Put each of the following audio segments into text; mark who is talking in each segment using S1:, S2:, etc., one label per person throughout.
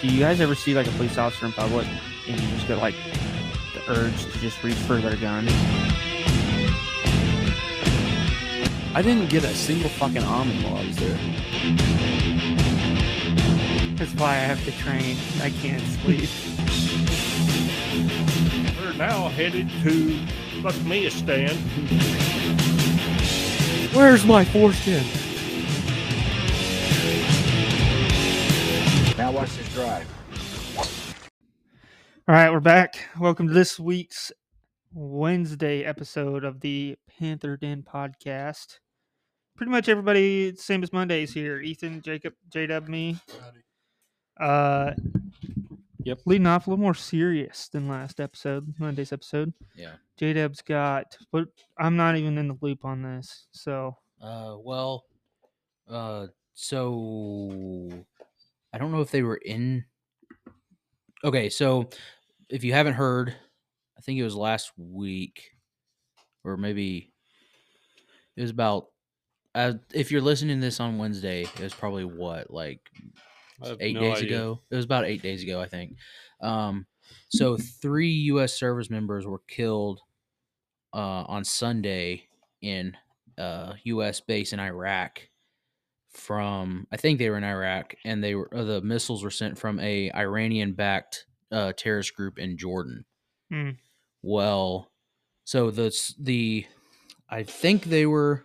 S1: do you guys ever see like a police officer in public and you just get like the urge to just reach for their gun?
S2: I didn't get a single fucking almond while I was there.
S3: That's why I have to train. I can't sleep.
S4: We're now headed to Buckmeistan.
S3: Where's my foreskin?
S5: Now watch this drive.
S3: All right, we're back. Welcome to this week's Wednesday episode of the Panther Den podcast. Pretty much everybody, same as Mondays here. Ethan, Jacob, J Dub, me. Uh,
S2: Yep.
S3: Leading off a little more serious than last episode, Monday's episode.
S6: Yeah.
S3: J Dub's got, but I'm not even in the loop on this. So,
S6: Uh, well, uh, so I don't know if they were in. Okay, so if you haven't heard, I think it was last week, or maybe it was about. Uh, if you're listening to this on Wednesday, it was probably what like
S4: I have
S6: eight
S4: no
S6: days
S4: idea.
S6: ago. It was about eight days ago, I think. Um, so three U.S. service members were killed uh, on Sunday in uh, U.S. base in Iraq. From I think they were in Iraq, and they were uh, the missiles were sent from a Iranian-backed uh, terrorist group in Jordan.
S3: Hmm.
S6: Well, so the s- the I think they were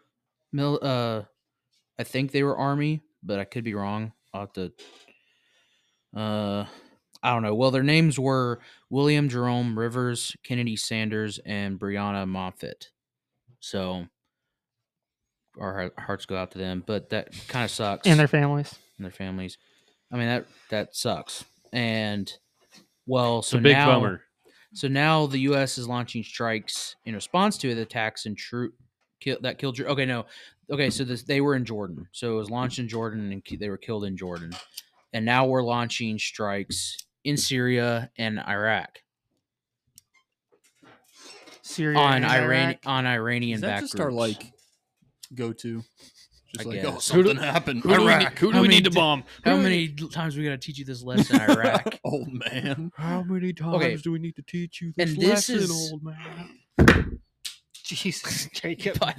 S6: mil uh I think they were army, but I could be wrong. I'll have to uh I don't know. Well, their names were William Jerome Rivers, Kennedy Sanders, and Brianna Moffitt. So our heart- hearts go out to them, but that kind of sucks
S3: and their families.
S6: and their families. I mean that that sucks. And well,
S4: It's
S6: so
S4: a big
S6: now
S4: bummer.
S6: so now the U.S. is launching strikes in response to the attacks in Tru kill, that killed. Jer- Okay, no, okay. So this, they were in Jordan. So it was launched in Jordan, and ki- they were killed in Jordan. And now we're launching strikes in Syria and Iraq
S3: Syria
S6: on
S3: and
S6: Iran
S3: Iraq.
S6: on Iranian
S2: Is that
S6: back
S2: just our
S6: groups.
S2: like go to? Just
S6: I
S2: like oh
S6: guess.
S4: Who do-
S2: something happened.
S4: Who do we,
S2: Iraq.
S4: who do
S6: How
S4: we
S6: many
S4: need to
S6: di-
S4: bomb?
S6: How
S2: Who do
S6: many times we gotta teach you this lesson, Iraq?
S5: Oh,
S2: Old man.
S3: How many times
S6: Okay.
S3: do we need to teach you
S6: And this lesson, is- old
S3: man? Jesus, Jacob.
S6: But-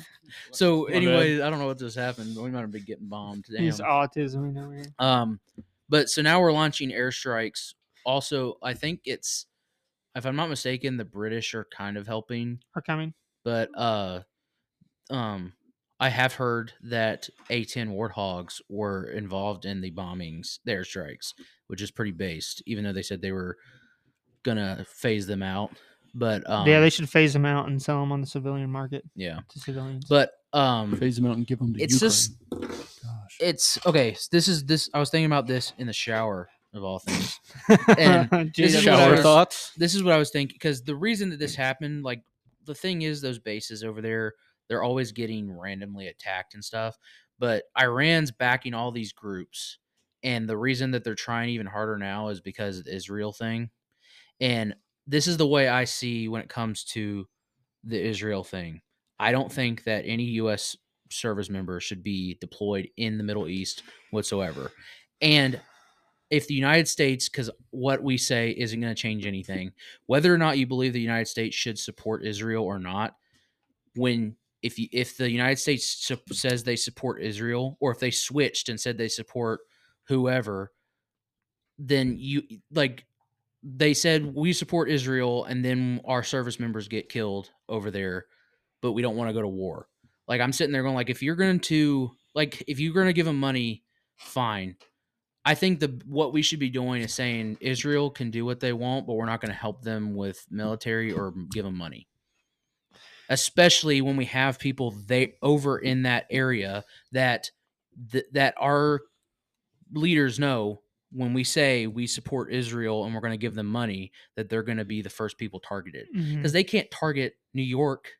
S6: so,
S4: My bad.
S6: anyway, I don't know what just happened. We might have been getting bombed. Damn.
S3: He's autism in over here.
S6: Um, but so now we're launching airstrikes. Also, I think it's, if I'm not mistaken, the British are kind of helping,
S3: Are coming.
S6: but uh, um, I have heard that A-10 Warthogs were involved in the bombings, the airstrikes, which is pretty based, even though they said they were gonna phase them out. But um,
S3: yeah, they should phase them out and sell them on the civilian market
S6: yeah.
S3: to civilians.
S6: But um,
S2: Phase them out and give them to
S6: It's
S2: Ukraine.
S6: just-
S2: Gosh.
S6: it's okay. s- This is this. I was thinking about this in the shower of all things.
S3: and
S6: this is what I
S2: Shower
S6: was-
S2: thoughts.
S6: this is what I was thinking because the reason that this happened, like the thing is, those bases over there, they're always getting randomly attacked and stuff. But Iran's backing all these groups, and the reason that they're trying even harder now is because of the Israel thing. And this is the way I see when it comes to the Israel thing. I don't think that any U.S. service member should be deployed in the Middle East whatsoever. And if the United States, because what we say isn't going to change anything, whether or not you believe the United States should support Israel or not, when if you, if the United States su- says they support Israel, or if they switched and said they support whoever, then you like they said we support Israel, and then our service members get killed over there, but we don't want to go to war. Like I'm sitting there going, like if you're going to like if you're going to give them money, fine. I think the what we should be doing is saying Israel can do what they want, but we're not going to help them with military or m- give them money. Especially when we have people they over in that area that th- that our leaders know when we say we support Israel and we're going to give them money that they're going to be the first people targeted
S3: Mm-hmm.
S6: because
S3: Mm.
S6: they can't target New York.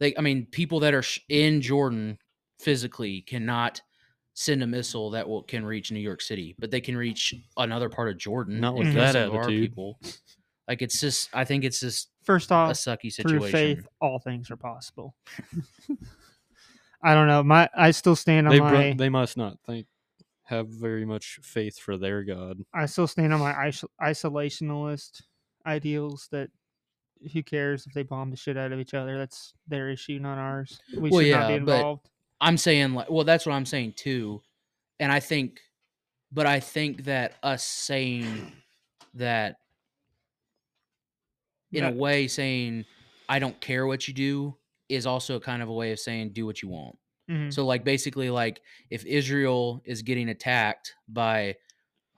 S6: They, I mean, people that are sh- in Jordan physically cannot send a missile that will can reach New York City, but they can reach another part of Jordan.
S4: Not
S6: and
S4: with
S6: kill
S4: that
S6: some of our
S4: attitude.
S6: people. Like it's just, I think it's just
S3: First
S6: a
S3: off,
S6: sucky
S3: through
S6: situation.
S3: faith, all things are possible. I don't know. My I still stand on
S4: They,
S3: my
S4: bru- they must not think
S2: have very much faith for their god.
S3: I still stand on my iso- isolationalist ideals that who cares if they bomb the shit out of each other? That's their issue, not ours. We
S6: Well,
S3: should not be
S6: yeah, but-
S3: involved.
S6: I'm saying like well that's what I'm saying too. And I think but I think that us saying that in a
S3: That-
S6: way saying I don't care what you do is also kind of a way of saying do what you want.
S3: Mhm.
S6: So like basically like if Israel is getting attacked by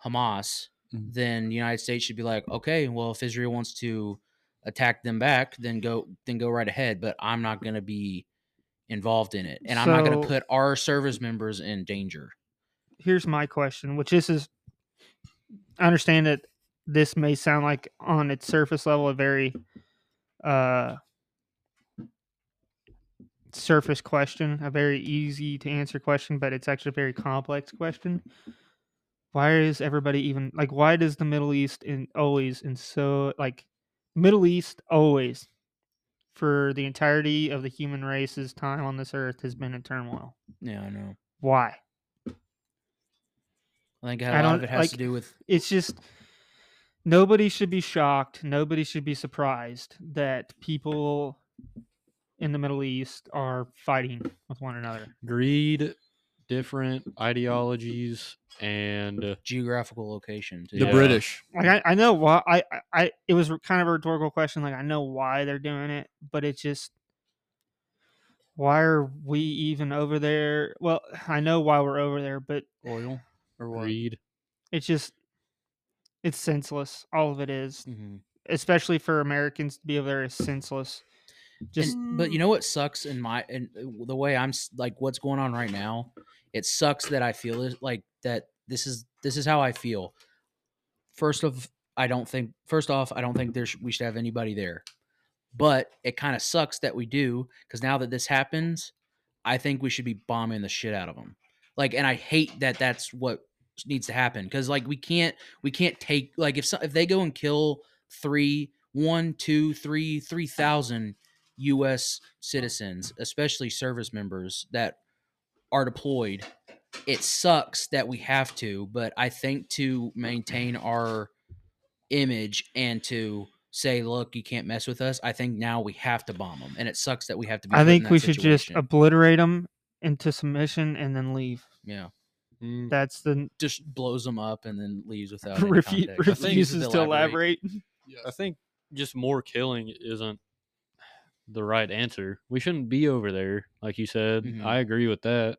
S6: Hamas,
S3: Mm-hmm.
S2: Mhm.
S6: then the United States should be like, okay, well if Israel wants to attack them back, then go then go right ahead. But I'm not gonna be involved in it. And I'm not gonna
S3: So-
S6: put our service members in danger.
S3: here's my question, which this is I understand that this may sound like on its surface level a very uh surface question, a very easy to answer question, but it's actually a very complex question. Why is everybody even like why does the Middle East in always and so like Middle East always for the entirety of the human race's time on this earth has been in turmoil.
S6: Yeah, I know.
S3: Why?
S6: I think a
S3: I
S6: lot
S3: don't-
S6: of it has to
S3: like-
S6: do with
S3: it's just nobody should be shocked nobody should be surprised that people in the middle east are fighting with one another
S2: Greed, different ideologies, and uh,
S6: geographical location too.
S2: the
S6: Yeah.
S2: British.
S3: like i, I know why I, I i it was kind of a rhetorical question like i know why they're doing it but it's just why are we even over there well i know why we're over there but
S6: oil or what?
S2: Greed.
S3: it's just it's senseless all of it is
S6: Mhm.
S3: especially for americans to be over there is senseless just
S6: And- but you know what sucks in my and the way i'm s- like what's going on right now it sucks that i feel it like that this is this is how i feel first of i don't think first off i don't think there sh- we should have anybody there but it kind of sucks that we do because now that this happens i think we should be bombing the shit out of them like and i hate that that's what needs to happen because like we can't we can't take like if so, if they go and kill three one two three three thousand U.S. citizens, especially service members that are deployed. It sucks that we have to, but I think to maintain our image and to say, "Look, you can't mess with us," I think now we have to bomb them, and it sucks that we have to. Be
S3: I
S6: put in
S3: think
S6: that
S3: we should just uh,
S6: situation.
S3: obliterate them into submission and then leave.
S6: yeah,
S2: Mm,
S3: That's the
S6: just blows them up and then leaves without any
S3: refu-
S6: context. I think we
S3: refuses
S6: should
S3: to elaborate.
S2: yeah, I think just more killing isn't the right answer. We shouldn't be over there, like you said.
S6: Mhm.
S2: I agree with that.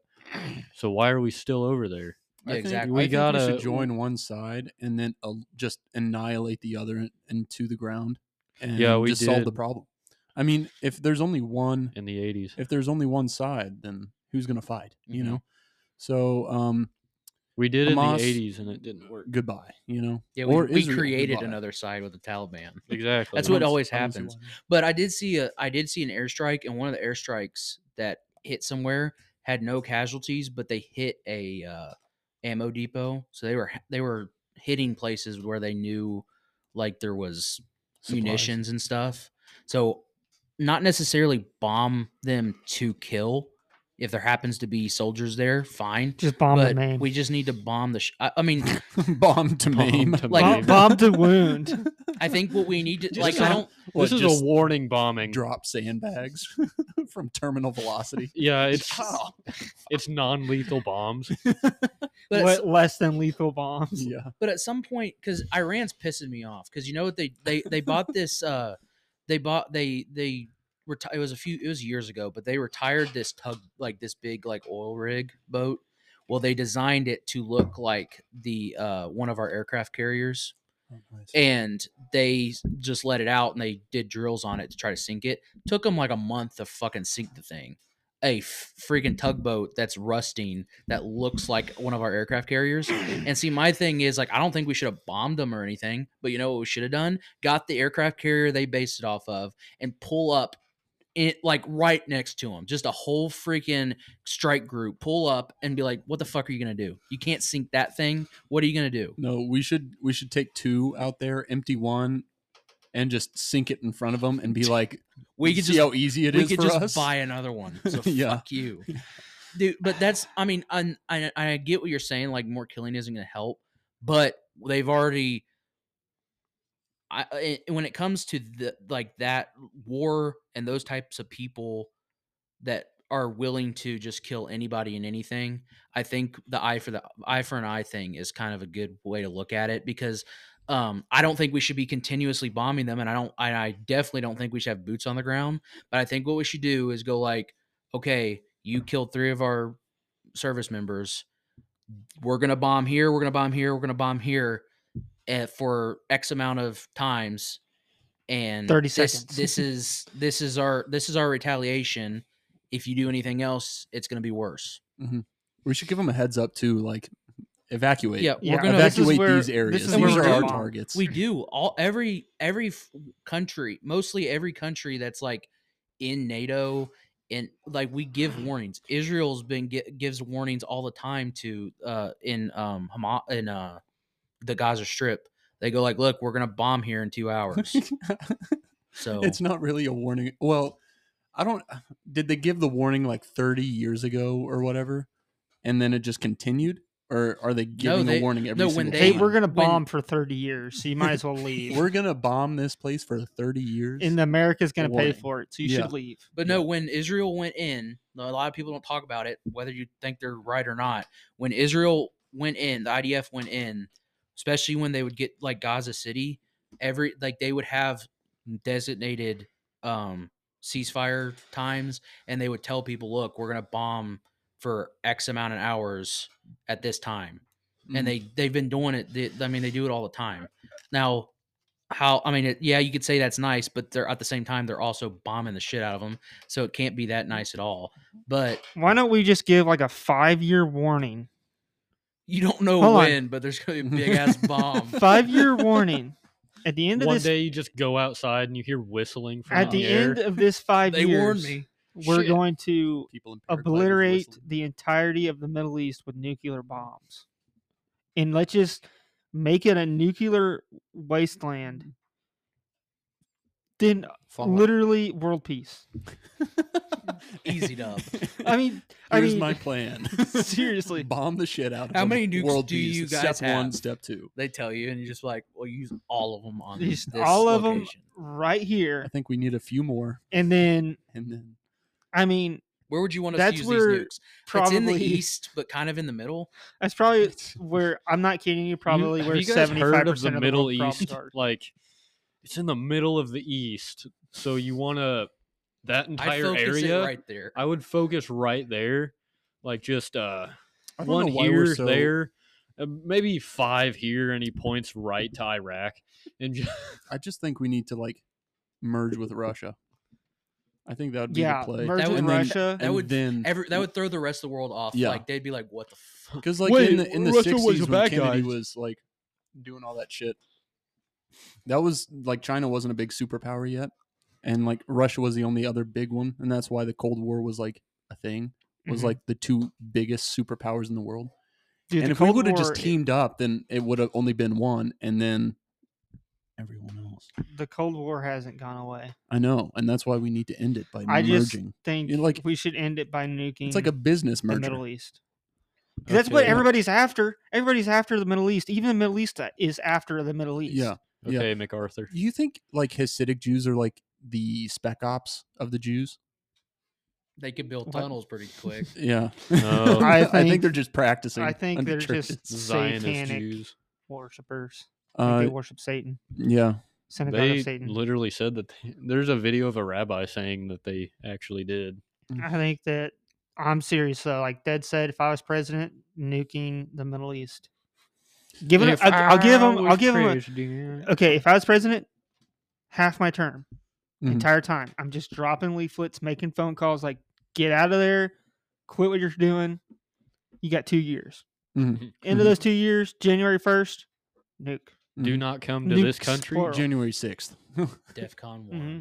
S2: So why are we still over there?
S6: Yeah,
S5: I think-
S6: exactly.
S2: We
S5: I think we
S2: gotta-
S5: should join one side and then uh, just annihilate the other and, and to the ground. And
S2: Yeah, we
S5: just solve the
S2: did.
S5: problem. I mean, if there's only one,
S2: In the 80s.
S5: if there's only one side, then who's going to fight? You
S6: Mhm.
S5: know. So um,
S2: We did it in the
S5: Hamas-
S2: 80s and it didn't work.
S5: goodbye. You know.
S6: Yeah, we,
S5: Or
S6: we
S5: Israel,
S6: created
S5: goodbye.
S6: another side with the Taliban.
S2: Exactly.
S6: That's
S5: I
S6: what
S5: don't s-
S6: always
S5: I don't see
S6: happens.
S5: why not.
S6: But I did see a I did see an airstrike, and one of the airstrikes that hit somewhere had no casualties, but they hit a uh, ammo depot. So they were they were hitting places where they knew like there was
S5: Supplies.
S6: munitions and stuff. So not necessarily bomb them to kill. If there happens to be soldiers there, fine.
S3: Just bomb the
S6: but
S3: main.
S6: we just need to bomb the. Sh- I, I mean,
S5: bomb to
S2: Bomb
S5: maim.
S2: to
S3: bomb,
S6: Like-
S2: maim.
S3: bomb to wound.
S6: I think what we need to
S5: Just
S6: like. I
S5: some-
S6: don't.
S5: What,
S2: this is
S5: just
S2: a warning bombing.
S5: drop sandbags from terminal velocity.
S2: Yeah,
S5: Just
S2: it's it's non-lethal bombs.
S6: But
S3: what less than lethal bombs?
S5: yeah.
S6: but at some point because iran's pissing me off because you know what they they they bought this uh they bought they they reti- it was a few it was years ago but they retired this tug like this big like oil rig boat well they designed it to look like the uh one of our aircraft carriers and they s- just let it out and they did drills on it to try to sink it took them like a month to fucking sink the thing a f- freaking tugboat that's rusting that looks like one of our aircraft carriers and see my thing is like i don't think we should have bombed them or anything but you know what we should have done got the aircraft carrier they based it off of and pull up it like right next to them just a whole freaking strike group pull up and be like what the fuck are you gonna do you can't sink that thing what are you gonna do
S5: No, we should we should take two out there, empty one, and just sink it in front of them and be like,
S6: we could
S5: see
S6: just
S5: how easy it is
S6: we could
S5: for
S6: just
S5: us."
S6: buy another one. So
S5: Yeah.
S6: fuck you. dude. But that's, I mean, I, I I get what you're saying. Like more killing isn't going to help, but they've already. I I- when it comes to the like that war and those types of people that are willing to just kill anybody and anything, I think the eye for the eye for an eye thing is kind of a good way to look at it because. Um, I don't think we should be continuously bombing them, and I don't. And I definitely don't think we should have boots on the ground. But I think what we should do is go like, okay, you killed three of our service members. We're gonna bomb here. We're gonna bomb here. We're gonna bomb here eh, for X amount of times. And
S3: 30
S6: this-
S3: seconds.
S6: This is this is our this is our retaliation. If you do anything else, it's gonna be worse.
S5: We should give them a heads up too, like evacuate.
S6: Yeah,
S3: Yeah.
S6: we're gonna
S3: this is
S5: evacuate
S3: where-
S5: these
S3: this
S5: areas.
S3: is
S5: These
S6: where
S5: are
S6: we're
S5: our
S3: at.
S5: targets.
S6: We do all every every f- country, mostly every country that's like in NATO and like we give warnings. Israel's been gi- gives warnings all the time to uh in um Hamas in uh the Gaza Strip. They go like, "Look, we're gonna bomb here in two hours." So
S5: it's not really a warning. Well, I don't. Did they give the warning like 30 years ago or whatever, and then it just continued, or are they giving
S6: they-
S5: a warning every?
S6: no,
S5: single
S6: when
S3: Hey,
S6: they-
S5: time?
S3: we're gonna
S6: when-
S3: bomb for thirty years, so you might as well leave.
S5: we're gonna bomb this place for 30 years.
S3: and America's gonna pay
S5: Warning.
S3: for it, so you
S5: Yeah.
S3: should leave.
S6: But no, when Israel went in, a lot of people don't talk about it, whether you think they're right or not. When Israel went in, the IDF went in, especially when they would get like Gaza City, every like they would have designated um ceasefire times and they would tell people, look, we're gonna bomb for X amount of hours at this time. And they they've been doing it. They, I mean, they do it all the time. Now, how? I mean, it, yeah, you could say that's nice, but they're at the same time they're also bombing the shit out of them, so it can't be that nice at all. But
S3: Why don't we just give like a five year warning?
S6: you don't know
S3: Hold on.
S6: when, but there's gonna be a big ass bomb.
S3: Five year warning. At the end of
S2: One
S3: this,
S2: day you just go outside and you hear whistling from
S3: at the
S2: air.
S3: end of this five
S6: They
S3: years,
S6: warned me.
S3: we're
S6: Shit.
S3: going to
S5: people in Paraguay with
S3: obliterate
S5: whistling.
S3: the entirety of the Middle East with nuclear bombs. And let's just make it a nuclear wasteland. Then
S5: Fallout.
S3: literally world peace.
S6: Easy dub.
S3: I mean, I
S5: Here's
S3: mean,
S5: my plan.
S3: seriously.
S5: bomb the shit out. of
S6: How
S5: them.
S6: many nukes
S5: World
S6: do
S5: peace,
S6: you
S5: step
S6: guys
S5: One,
S6: have?
S5: step two.
S6: They tell you, and you're just like, well, use all of them on
S3: Use
S6: this
S3: all of 'em.
S6: location.
S3: right
S5: I
S3: here,
S5: think we need a few more,
S3: and then
S5: and then
S3: I mean,
S6: Where would you want us
S3: That's
S6: to use
S3: where
S6: these nukes?
S3: probably
S6: it's in the east, but kind of in the middle.
S3: That's probably where I'm not kidding you. Probably
S2: you,
S3: where
S2: have you guys
S3: seventy
S2: heard
S3: five
S2: of the
S3: percent of
S2: Middle
S3: world problems
S2: East.
S3: are.
S2: Like, it's in the middle of the East, so you want to that
S6: I
S2: entire
S6: focus
S2: area.
S6: it right there.
S2: I would focus right there, like just uh
S5: I don't
S2: one
S5: know why we're
S2: here,
S5: so-
S2: there, uh, maybe five here, and he points right to Iraq, and just,
S5: I just think we need to like merge with Russia. I think that would be
S3: Yeah,
S5: the play.
S3: merge
S6: That
S3: with
S6: would-
S5: and
S3: Russia.
S5: Then, and
S6: would-
S5: then
S6: Every, that would throw the rest of the world off.
S5: Yeah.
S6: Like they'd be like, what the fuck?
S5: because like
S2: Wait,
S5: in the in the
S2: Russia was
S5: sixties
S2: the
S5: when
S2: bad
S5: Kennedy
S2: guys.
S5: was like doing all that shit. That was like China wasn't a big superpower yet, and like Russia was the only other big one, and that's why the Cold War was like a thing. Was
S3: Mhm.
S5: like the two biggest superpowers in the world.
S3: Dude,
S5: and
S3: the
S5: if we
S3: Cold
S5: would have
S3: War-
S5: just teamed up, then it would have only been one, and then everyone else.
S3: the Cold War hasn't gone away.
S5: I know, and that's why we need to end it by
S3: I just
S5: merging.
S3: Think
S5: like-
S3: we should end it by nuking
S5: It's like a business
S3: the
S5: merger.
S3: Middle East. 'Cause That's what
S5: Okay.
S3: everybody's after. Everybody's after the Middle East. Even the Middle East uh, is after the Middle East.
S5: Yeah. Yeah.
S2: okay, MacArthur.
S5: Do you think like Hasidic Jews are like the spec ops of the Jews?
S6: They could build
S3: What?
S6: tunnels pretty quick.
S5: Yeah,
S2: No.
S5: I,
S3: I
S5: think,
S3: think-
S5: they're just practicing.
S3: I think
S5: under
S3: they're
S5: churches.
S3: just
S2: Zionist
S3: satanic
S2: Jews.
S3: worshippers. I think
S5: Uh,
S3: they worship Satan,
S5: yeah,
S3: synagogue
S2: They
S3: of Satan.
S2: literally said that they- there's a video of a rabbi saying that they actually did.
S3: I think that I'm serious though. Like Dad said, if I was president, nuking the Middle East. Give it. I'll, I'll give him. I'll give him. A, okay, if I was president, half my term,
S5: Mhm.
S3: entire time, I'm just dropping leaflets, making phone calls, like get out of there, quit what you're doing. You got two years.
S5: Mhm.
S3: End of
S5: Mhm.
S3: those two years, January first, nuke.
S2: Do
S5: Mhm.
S2: not come to this
S3: Nukes
S2: country.
S3: plural.
S5: January sixth.
S6: DEFCON one.
S3: Mhm.
S2: Mm-hmm.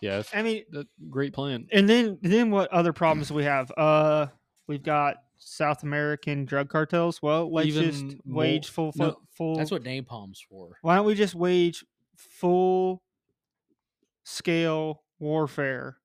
S2: Yeah, that's,
S3: I mean,
S2: that's great plan.
S3: and then then what other problems we have? Uh, we've got South American drug cartels. Well, let's just
S2: Even more-
S3: wage full fu-
S5: no,
S3: full.
S6: That's what napalm's for.
S3: Why don't we just wage full scale warfare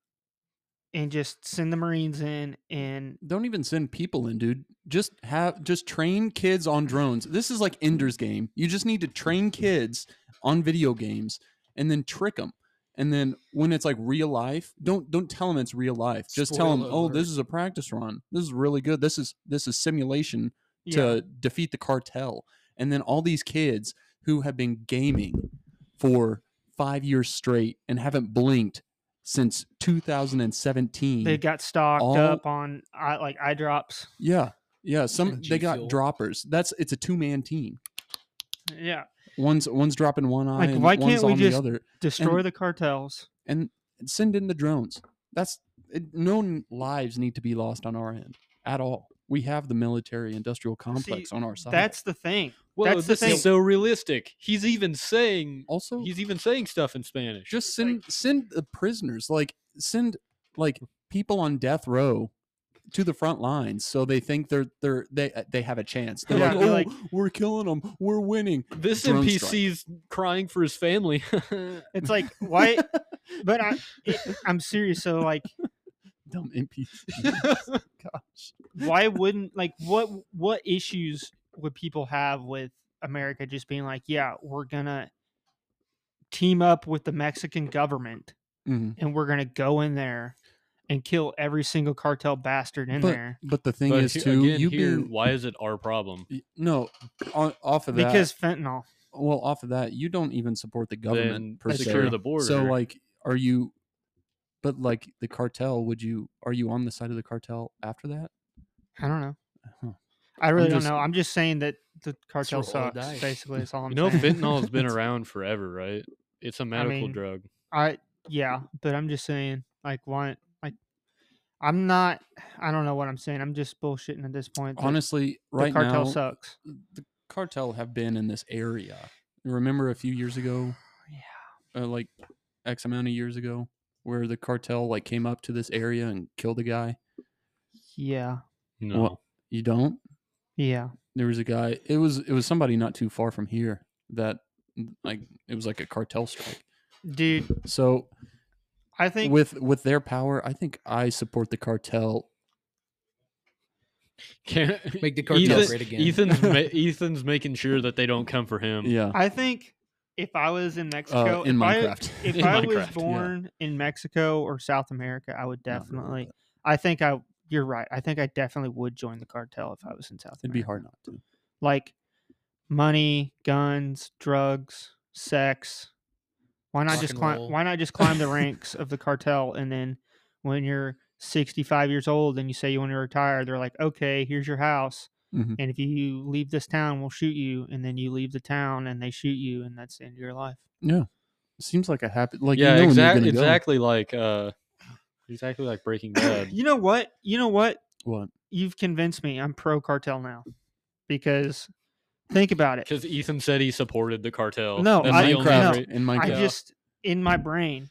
S3: and just send the Marines in and
S5: Don't even send people in, dude. Just have just train kids on drones. This is like Ender's Game. You just need to train kids on video games and then trick them. And then when it's like real life, don't don't tell them it's real life. Just tell 'em, tell
S6: Spoiler
S5: them, "Oh, this
S6: alert.
S5: is a practice run. This is really good. This is this is simulation
S3: yeah,
S5: to defeat the cartel. And then all these kids who have been gaming for five years straight and haven't blinked since 2017.
S3: they got stocked
S5: all-
S3: up on eye, like eye drops.
S5: yeah, yeah. Some
S6: G
S5: they got
S6: Fuel.
S5: droppers. That's it's a two man team.
S3: Yeah,
S5: One's one's dropping one eye
S3: Like,
S5: and
S3: why
S5: one's
S3: can't we
S5: on
S3: just-
S5: the other,
S3: destroy the cartels.
S5: and send in the drones. That's it, no n- lives need to be lost on our end at all. We have the military industrial complex on our side.
S3: That's the thing.
S2: Well,
S3: That's the
S2: this
S3: thing.
S2: is so realistic. He's even saying
S5: also
S2: he's even saying stuff in Spanish.
S5: just send send the prisoners like send like people on death row to the front lines so they think they're they're they uh, they have a chance they're
S3: Yeah,
S5: like,
S3: they're
S5: oh,
S3: like-
S5: we're killing them we're winning
S2: this
S5: drone
S2: NPC's crying for his family.
S3: It's like why, but I, it, I'm serious. So like,
S5: dumb npc gosh
S3: why wouldn't like what what issues would people have with America just being like, yeah, we're gonna team up with the Mexican government
S5: Mhm.
S3: and we're gonna go in there and kill every single cartel bastard in
S5: but,
S3: there
S5: but the thing
S2: but
S5: is
S2: he-
S5: too
S2: again,
S5: you
S2: here,
S5: being
S2: why is it our problem?
S5: y- no on, off of that
S3: because fentanyl.
S5: well off of that you don't even support the
S2: Then
S5: government per se.
S2: secure the border.
S5: so like are you but like the cartel would you are you on the side of the cartel after that
S3: I don't know.
S5: Huh.
S3: I really
S5: just-
S3: don't know. I'm just saying that the cartel
S6: roll of
S3: sucks.
S6: dice.
S3: Basically, that's all I'm
S2: you know,
S3: saying.
S2: fentanyl has been around forever, right? It's a medical
S3: mean,
S2: drug.
S3: I yeah, but I'm just saying, like, why? Like, I'm not. I don't know what I'm saying. I'm just bullshitting at this point. that
S5: honestly
S3: the
S5: right
S3: cartel
S5: now
S3: sucks.
S5: the cartel have been in this area. Remember a few years ago,
S3: Yeah,
S5: uh, like X amount of years ago, where the cartel like came up to this area and killed a guy.
S3: yeah,
S2: No.
S5: Well, You don't.
S3: yeah.
S5: There was a guy. It was it was somebody not too far from here that like it was like a cartel strike.
S3: Dude,
S5: So
S3: I think
S5: with with their power, I think I support the cartel.
S2: Can't,
S6: Make the cartel
S2: Ethan-
S6: great again.
S2: Ethan's ma- Ethan's making sure that they don't come for him.
S5: Yeah,
S3: I think if I was in Mexico,
S5: uh, in
S3: if
S5: Minecraft.
S3: I, if
S2: In
S3: I
S2: Minecraft,
S3: was
S2: yeah.
S3: born in Mexico or South America, I would
S5: Not really,
S3: definitely.
S5: but
S3: I think I. You're right. I think I definitely would join the cartel if I was in South.
S5: It'd
S3: America.
S5: be hard not to.
S3: like money, guns, drugs, sex. Why not
S6: Rock
S3: just
S6: and
S3: climb?
S6: roll.
S3: Why not just climb the ranks of the cartel? And then when you're 65 years old and you say you want to retire, they're like, "Okay, here's your house,
S5: Mhm.
S3: and if you leave this town, we'll shoot you." And then you leave the town, and they shoot you, and that's the end of your life.
S5: Seems like a happy like
S2: yeah,
S5: you know when you're
S2: exactly.
S5: gonna go.
S2: Exactly like uh, exactly like Breaking Bad.
S3: You know what? You know what?
S5: What?
S3: You've convinced me. I'm pro cartel now, because think about it.
S2: Because Ethan said he supported the cartel.
S3: No,
S2: That's
S3: I-
S2: the only
S3: no.
S2: re-
S5: in Minecraft.
S3: I
S2: Yeah.
S3: just in my brain,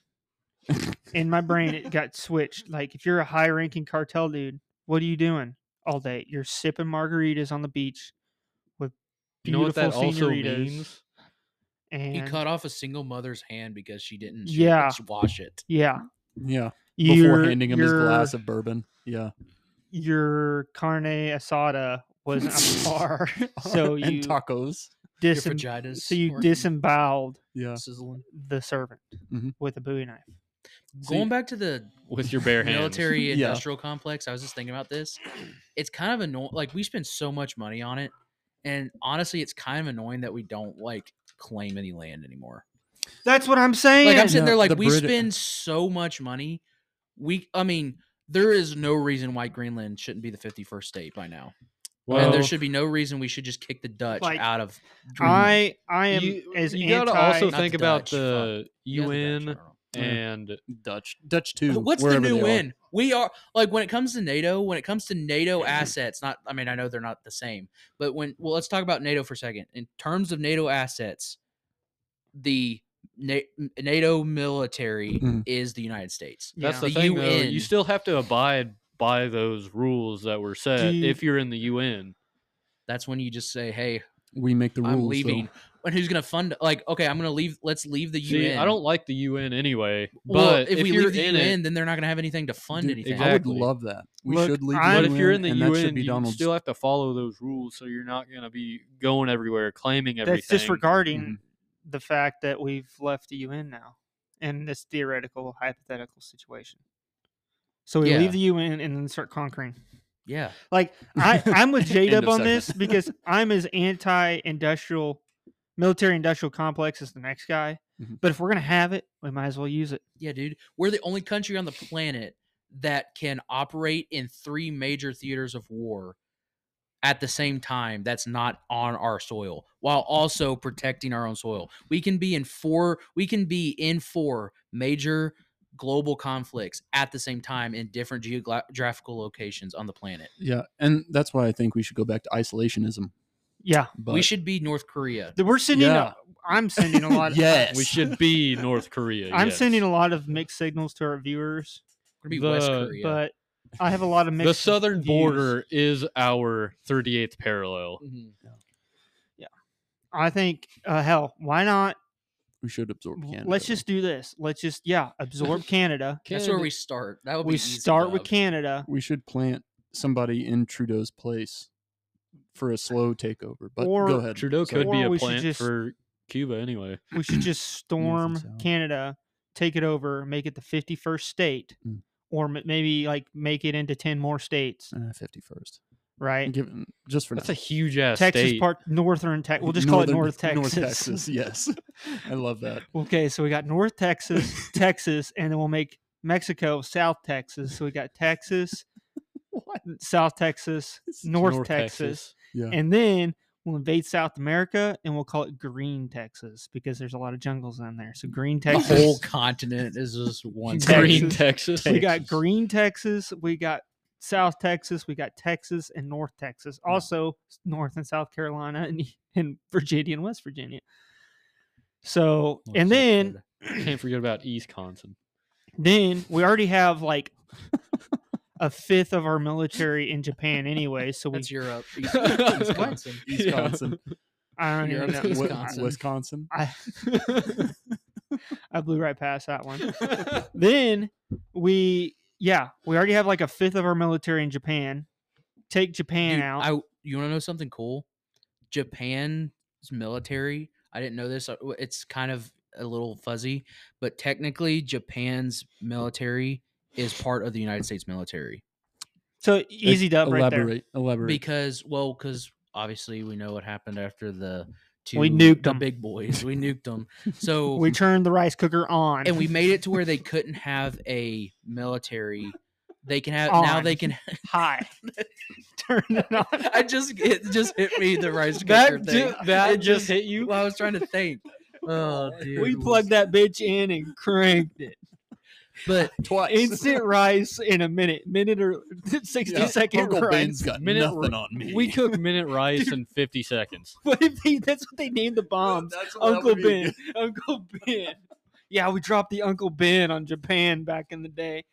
S3: in my brain, it got switched. Like if you're a high-ranking cartel dude, what are you doing all day? You're sipping margaritas on the beach with
S2: you know what
S3: beautiful
S2: that also
S3: senoritas
S2: means?
S3: and
S6: He cut off a single mother's hand because she didn't she
S3: Yeah.
S6: didn't wash it.
S3: yeah,
S5: yeah.
S3: your-
S5: before handing him his
S3: your-
S5: glass of bourbon. Yeah.
S3: Your carne asada was on par, so you
S5: and tacos.
S6: Your
S3: disem-
S6: vaginas.
S3: so you
S6: were
S3: disemboweled
S5: Yeah.
S6: sizzling.
S3: the servant
S5: Mhm.
S3: with a Bowie knife.
S5: So you-
S6: Going back to the
S2: with your bare hands.
S6: military
S5: Yeah.
S6: industrial complex. I was just thinking about this. It's kind of annoying. Like we spend so much money on it, and honestly, it's kind of annoying that we don't like claim any land anymore.
S3: That's what I'm saying.
S6: Like I'm sitting there,
S5: No,
S6: like
S5: the
S6: we
S5: Brit-
S6: spend so much money. We, I mean, there is no reason why Greenland shouldn't be the 51st state by now,
S2: Well,
S6: and there should be no reason we should just kick the Dutch
S3: Like,
S6: out of.
S3: I I am
S2: you,
S3: as
S2: you
S3: anti.
S2: gotta also
S6: Not the
S2: think about
S6: Dutch,
S2: the
S6: Yeah, the Dutch, I
S2: UN
S6: don't know.
S5: Yeah.
S2: and
S5: Dutch. Dutch too.
S6: What's the
S5: wherever they
S6: new
S5: are.
S6: win? We are like when it comes to NATO, when it comes to NATO assets, not I mean, I know they're not the same, but when well, let's talk about NATO for a second. In terms of NATO assets, the Na- NATO military
S5: Mhm.
S6: is the United States.
S2: that's
S3: Yeah.
S2: the,
S6: The
S2: thing. Though, you
S6: UN.
S2: still have to abide by those rules that were set
S3: Do you-
S2: if you're in the UN.
S6: That's when you just say, "Hey,
S5: We make the rules.
S6: I'm
S5: though.
S6: leaving. and who's gonna fund? Like, okay, I'm gonna leave. Let's leave the
S2: See,
S6: UN.
S2: I don't like the UN anyway. But
S6: Well, if, we
S2: you're
S6: leave the
S2: in
S6: UN,
S2: it,
S6: then they're not gonna have anything to fund
S5: Dude,
S6: anything.
S5: I would
S2: Exactly.
S5: love that. We
S3: Look,
S5: should leave.
S3: I'm-
S2: but if you're in the
S5: and that should
S2: UN,
S5: be
S2: you
S5: Donald's.
S2: still have to follow those rules, so you're not going to be going everywhere claiming everything.
S3: That's disregarding
S5: Mhm.
S3: the fact that we've left the UN now in this theoretical, hypothetical situation. So we
S6: Yeah.
S3: leave the UN and then start conquering.
S6: Yeah,
S3: Like I, I'm with J
S5: End
S3: Dub
S5: of
S3: on
S5: segment.
S3: this because I'm as anti-industrial, military-industrial complex as the next guy.
S5: Mhm.
S3: But if we're gonna have it, we might as well use it.
S6: yeah, dude. We're the only country on the planet that can operate in three major theaters of war at the same time. That's not on our soil, while also protecting our own soil. We can be in four. We can be in four major global conflicts at the same time in different geographical locations on the planet.
S5: yeah, and that's why I think we should go back to isolationism.
S3: Yeah,
S5: But
S6: we should be North Korea.
S3: Th- we're sending. a-
S5: Yeah.
S3: I'm sending a lot.
S5: yes,
S2: We should be North Korea.
S3: I'm
S2: yes.
S3: sending a lot of mixed signals to our viewers,
S6: We're gonna be West
S2: The-
S6: Korea.
S3: but I have a lot of mixed.
S2: the southern
S3: views.
S2: border is our 38th parallel.
S6: Mhm.
S3: I think, uh, hell, why not?
S5: We should absorb Canada.
S3: Let's
S5: though.
S3: just do this. Let's just, yeah, absorb Canada.
S6: That's where we start. That would be
S3: we
S6: easy
S3: start with
S6: dub.
S3: Canada.
S5: We should plant somebody in Trudeau's place for a slow takeover. But
S3: Or
S5: go ahead.
S2: Trudeau
S5: Sorry.
S2: could be
S3: Or
S2: a
S3: we should
S2: plant
S3: just-
S2: for Cuba anyway.
S3: We should just storm
S5: out.
S3: Canada, take it over, make it the 51st state,
S5: Mm.
S3: or m- maybe like make it into 10 more states,
S5: Uh, 51st.
S3: right?
S5: Give, just for
S2: That's
S5: now.
S2: a huge ass
S3: Texas
S2: state.
S3: part, northern Texas. We'll just call it North Texas.
S5: North Texas, yes. I love that.
S3: Okay, so we got North Texas, Texas, and then we'll make Mexico South Texas. So we got Texas, South Texas,
S5: It's
S3: North, Texas,
S5: Yeah.
S6: Mm-hmm.
S3: and then we'll invade South America and we'll call it Green Texas because there's a lot of jungles down there. So Green
S6: The
S3: Texas,
S6: whole continent is just one
S3: Texas.
S2: Green Texas.
S3: we got Green Texas, we got South Texas, we got Texas and North Texas. Also s- North and South Carolina and, and Virginia and West Virginia. So
S6: North
S3: and
S6: South
S3: then
S6: Dakota.
S2: Can't forget about East Conson.
S3: then we already have like a fifth of our military in Japan anyway. So we
S6: that's Europe, East- Wisconsin.
S5: Wisconsin.
S3: I don't
S6: Europe
S3: even
S6: to
S3: know.
S5: Wi-
S6: Wisconsin.
S5: Wisconsin.
S3: I, I blew right past that one. then we yeah we already have like a fifth of our military in japan take japan
S6: Dude,
S3: out
S6: I, you want to know something cool? Japan's military. I didn't know this. uh, w- It's kind of a little fuzzy, but technically, Japan's military is part of the United States military
S3: so easy dub right
S5: elaborate,
S3: there
S5: Elaborate.
S6: because, well, because obviously we know what happened after the two
S3: We nuked
S6: the
S3: 'em.
S6: big boys. We nuked them. So
S3: we turned the rice cooker on
S6: and we made it to where they couldn't have a military. They can have now.
S3: On.
S6: They can.
S3: high turned it on
S6: I just it just hit me the rice cooker
S2: that
S6: thing.
S2: that
S6: It
S2: just hit you.
S6: Well, I was trying to think. Oh, dude.
S3: we plugged that bitch in and cranked it
S6: But
S5: twice.
S3: instant rice in a minute minute or 60
S5: Yeah,
S3: second
S5: Uncle
S3: rice
S5: Ben's got
S2: Minute
S5: nothing
S2: ri-
S5: on me.
S2: We cook minute rice in 50 seconds.
S3: what if they, that's what they named the bombs
S5: That's what
S3: um,
S5: that
S3: uncle
S5: would be.
S3: ben uncle ben yeah we dropped the uncle ben on japan back in the day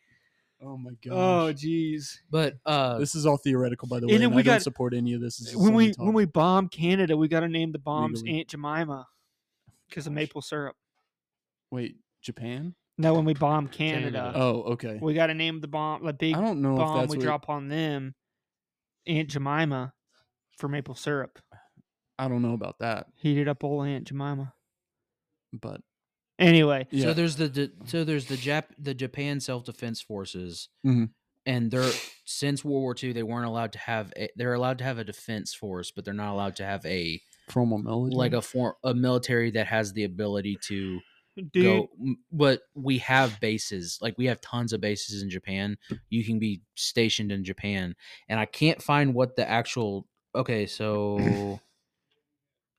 S5: Oh my
S3: oh
S5: gosh.
S3: jeez
S6: but uh
S5: this is all theoretical, by the
S3: And
S5: way.
S3: then
S5: and
S3: we
S5: I don't
S3: got-
S5: support any of this. This is
S3: when we
S5: something
S3: when
S5: taught-
S3: we bomb Canada, we got to name the bombs
S5: Legally.
S3: Aunt Jemima because of maple syrup.
S5: wait Japan.
S3: No, when we bomb Canada,
S2: Canada.
S5: Oh, okay.
S3: we got to name the bomb the big
S5: I don't know if
S3: bomb
S5: that's
S3: we
S5: what,
S3: drop on them Aunt Jemima for maple syrup.
S5: I don't know about that,
S3: Heated up old Aunt Jemima.
S5: but
S3: Anyway,
S5: yeah,
S6: so there's the, the so there's the Jap the Japan Self Defense Forces,
S5: Mhm.
S6: and they're since World War II they weren't allowed to have a, they're allowed to have a defense force, but they're not allowed to have a
S5: formal melody.
S6: like a form a military that has the ability to
S3: dude,
S6: go m- but we have bases like we have tons of bases in japan you can be stationed in japan and i can't find what the actual okay so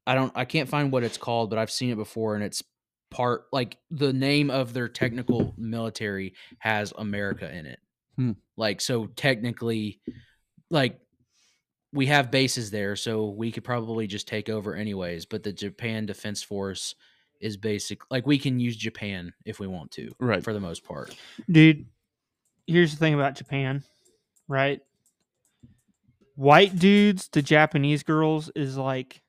S6: i don't i can't find what it's called but i've seen it before and it's part like the name of their technical military has america in it
S5: Hmm.
S6: like so technically like we have bases there so we could probably just take over anyways but the japan defense force is basic like we can use Japan if we want to
S5: right.
S6: for the most part.
S3: dude. Here's the thing about Japan, right? White dudes to Japanese girls is like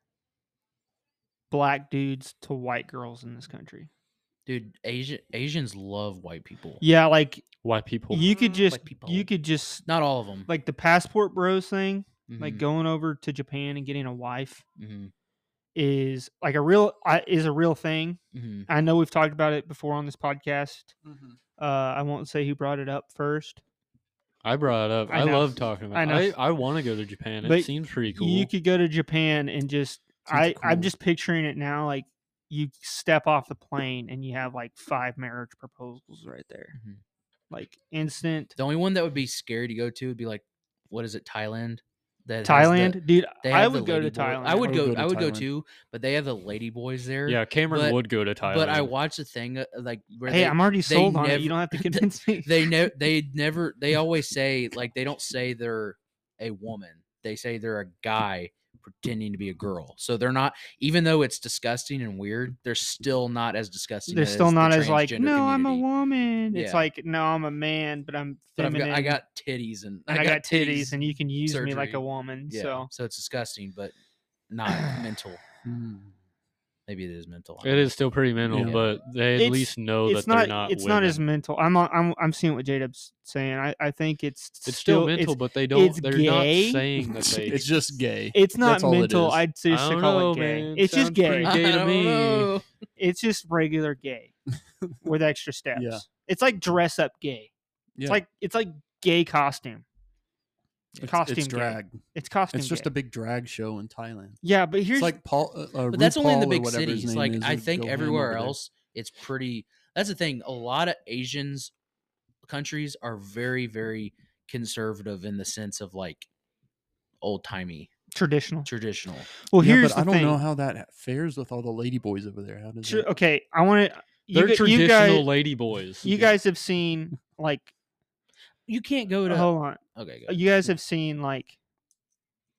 S3: black dudes to white girls in this country.
S6: dude. Asian Asians love white people.
S3: Yeah, like
S2: White people.
S3: you could
S6: Mm,
S3: just
S6: white people.
S3: you could just
S6: Not all of Mm-hmm, them.
S3: like the passport bros thing,
S6: Mm.
S3: like going over to Japan and getting a wife
S6: hmm
S3: is like a real I- is a real thing.
S6: hmm
S3: I know we've talked about it before on this podcast. Uh, I won't say who brought it up first.
S2: I brought it up.
S3: I
S2: I,
S3: know.
S2: love talking about.
S3: I
S2: I
S3: know.
S2: I, want to go to Japan.
S3: But
S2: it seems pretty cool.
S3: You could go to Japan and just
S5: Seems
S3: I I'm
S5: cool.
S3: just picturing it now like you step off the plane and you have like five marriage proposals right there.
S6: Mhm.
S3: Like instant
S6: The only one that would be scary to go to would be like, what is it, Thailand? That has the-
S3: Thailand, dude.
S6: they
S3: I
S6: have the
S3: would go to
S6: lady boy-
S3: Thailand.
S6: I would
S5: I would
S6: go.
S5: go to
S6: I would go
S5: Thailand.
S6: too, but they have the lady boys there.
S2: yeah, Cameron
S6: but-
S2: would go to Thailand.
S6: But I watched a thing uh, like where
S3: Hey,
S6: they,
S3: I'm already
S6: they
S3: sold on it.
S6: nev-
S3: You don't have to
S6: they-
S3: convince me.
S6: they ne- they never they always say like they don't say they're a woman they say they're a guy pretending to be a girl so they're not even though it's disgusting and weird they're still not as disgusting
S3: They're still
S6: the
S3: not as like,
S6: transgender
S3: no, I'm a
S6: community."
S3: woman. It's
S6: Yeah.
S3: like, no, I'm a man, but I'm
S6: but I've
S3: feminine.
S6: got, i got titties and,
S3: and I, got titties, and you can use me like
S6: surgery.
S3: a woman.
S6: yeah
S3: So
S6: so. it's disgusting but not mental
S5: Hmm.
S6: maybe it is mental I
S2: It
S6: don't
S2: is still pretty mental,
S6: Yeah.
S2: but they at
S3: It's-
S2: least know
S3: it's
S2: that
S3: not,
S2: they're not.
S3: it's not as
S2: women.
S3: mental. I'm on- I'm I'm seeing what Jacob's saying. I, I think it's
S2: It's still, mental,
S3: It's,
S2: but they don't.
S3: it's
S2: they're
S3: gay.
S2: not saying that they.
S5: it's just gay.
S3: it's not
S5: That's all it
S3: mental.
S5: is.
S3: I'd
S2: I
S3: seriously
S2: don't
S3: call
S2: know,
S3: it gay.
S2: man.
S3: It's just
S2: Sounds
S3: gay.
S2: pretty
S6: know.
S2: gay
S6: I
S2: to
S6: don't
S2: me.
S6: know.
S3: It's just regular gay with extra steps. It's like dress up gay.
S5: yeah.
S3: It's like it's like gay costume.
S5: It's-
S3: costume
S5: It's
S3: gay.
S5: drag.
S3: It's costume.
S5: It's just
S3: gay.
S5: a big drag show in Thailand.
S3: yeah, but here's
S5: it's like Paul. Uh, uh,
S6: but that's only in the
S5: RuPaul or
S6: big
S5: whatever his
S6: cities
S5: name
S6: like
S5: is
S6: i
S5: would
S6: think
S5: go ham
S6: everywhere
S5: over there.
S6: else it's pretty that's the thing a lot of asians countries are very very conservative in the sense of like old timey
S3: traditional.
S6: traditional
S3: Well,
S5: Yeah,
S3: here's
S5: but
S3: the
S5: I don't
S3: thing.
S5: know how that fares with all the ladyboys over there. How does
S3: Tr-
S5: that-
S3: okay, I want to.
S2: They're
S3: you, gu-
S2: traditional
S3: you guys,
S2: lady boys.
S3: you guys have seen like.
S6: you can't go to
S3: Hold on.
S6: okay go.
S3: uh, You guys have seen like.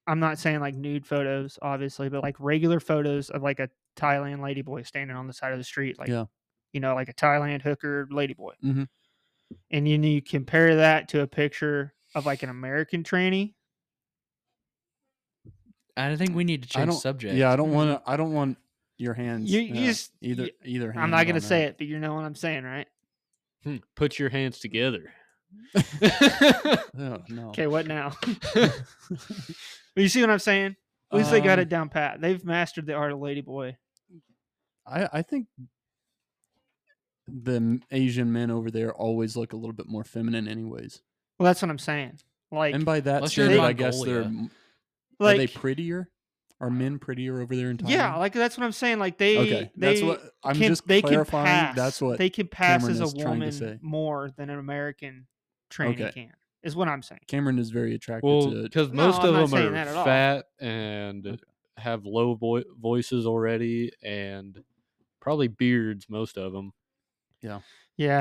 S3: I'm not saying like nude photos, obviously, but like regular photos of like a Thailand ladyboy standing on the side of the street, like
S5: Yeah.
S3: you know, like a Thailand hooker ladyboy,
S5: Mhm.
S3: and then you compare that to a picture of like an American tranny.
S6: i think we need to
S5: I
S6: change
S5: don't.
S6: subject
S5: Yeah, I don't want to. I don't want your hands.
S3: Mm-hmm. You- you
S5: yeah,
S3: just-
S5: either
S3: you-
S5: either.
S3: I'm
S5: hand
S3: not
S5: on
S3: gonna
S5: that.
S3: say it, but you know what I'm saying, right?
S2: Hmm, put your hands together.
S5: Ugh, no.
S3: Okay, what now? but you see what I'm saying? At least they got
S5: Um,
S3: it down pat. They've mastered the art of ladyboy.
S5: I I think the m- Asian men over there always look a little bit more feminine, anyways.
S3: Well, that's what I'm saying. Like,
S5: and by that
S6: Unless you're in
S5: standard, I guess they're
S6: Mongolia.
S5: m-
S3: like
S5: are they prettier? Are men prettier over there in Thailand?
S3: yeah, like that's what I'm saying. Like they,
S5: okay,
S3: they
S5: that's what I'm
S3: can,
S5: just
S3: they can
S5: clarifying.
S3: pass.
S5: That's what
S3: they can pass
S5: Cameron
S3: as
S5: is
S3: a
S5: trying to say.
S3: woman more than an American tranny
S5: Okay.
S3: can. Is what I'm saying.
S5: Cameron is very attracted
S2: well,
S5: to.
S2: because
S3: No,
S2: most
S3: I'm not
S2: of
S3: saying
S2: them
S3: that at
S2: are
S3: all.
S2: fat and have low vo- voices already, and probably beards. Most of them.
S3: Yeah,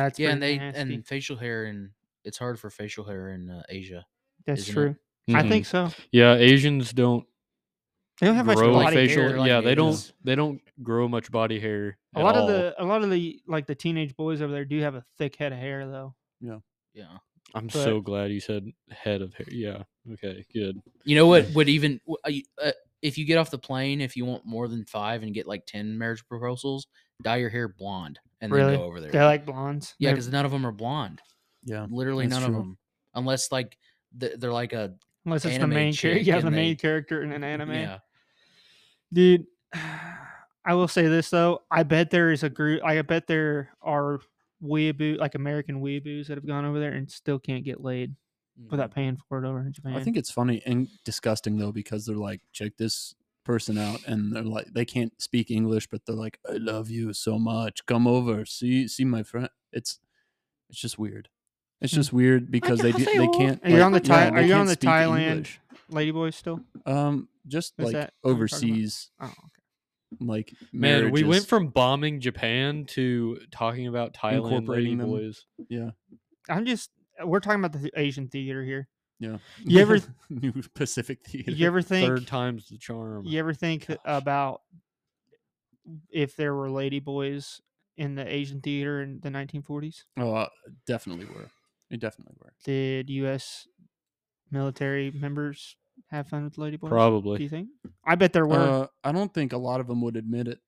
S3: it's
S6: yeah and they
S3: pretty nasty.
S6: and facial hair and it's hard for facial hair in uh, asia
S3: that's
S6: isn't it?
S3: true. I think so.
S2: Yeah, Asians don't
S3: They don't have much
S2: grow
S3: body
S2: facial.
S3: hair.
S6: like
S2: yeah, they don't.
S6: natives.
S2: They don't grow much body hair.
S3: a
S2: at
S3: lot
S2: all.
S3: of the a lot of the like the teenage boys over there do have a thick head of hair though.
S6: yeah
S2: I'm
S3: but-
S2: so glad you said head of hair. Yeah. Okay. Good.
S6: You know what would even w- uh, y- uh, if you get off the plane if you want more than five and get like ten marriage proposals, dye your hair blonde and
S3: Really?
S6: then go over there.
S3: They like blondes.
S6: yeah,
S3: They're-
S6: because none of them are blonde.
S5: yeah,
S6: Literally
S5: that's
S6: none of
S5: true.
S6: them, unless like th- they're like a
S3: unless it's the
S6: anime
S3: main character.
S6: chick
S3: Yeah, the
S6: and
S3: main
S6: they-
S3: character in an anime.
S6: yeah.
S3: dude i will say this though i bet there is a group like i bet there are weeaboo like american weeaboos that have gone over there and still can't get laid
S6: Mm-hmm.
S3: without paying for it over in japan
S5: I think it's funny and disgusting though because they're like, check this person out, and they're like, they can't speak English, but they're like, I love you so much. Come over, see see my friend. It's it's just weird. It's
S3: Hmm.
S5: just weird because they do, they
S3: Annyeonghaseyo.
S5: can't.
S3: Are you on the Thai-
S5: they
S3: are you on
S5: can't
S3: the
S5: speak
S3: Thailand-
S5: English.
S3: ladyboys still
S5: Um, just
S3: Is
S5: like
S3: that what you're talking about?
S5: overseas,
S3: oh okay
S5: like
S2: Man, we went
S5: marriages.
S2: from bombing Japan to talking about Thailand lady
S5: Incorporating them.
S2: boys.
S5: yeah.
S3: i'm just we're talking about the asian theater here
S5: Yeah.
S3: You ever-
S5: New Pacific Theater?
S3: you ever
S2: Third
S3: think
S2: time's the charm.
S3: you ever think th- about if there were ladyboys in the asian theater in the 1940s
S5: oh, uh, definitely were. It definitely were.
S3: did us military members have fun with ladyboys? Do
S2: Probably.
S3: you think? I bet there were.
S5: Uh, I don't think a lot of them would admit it.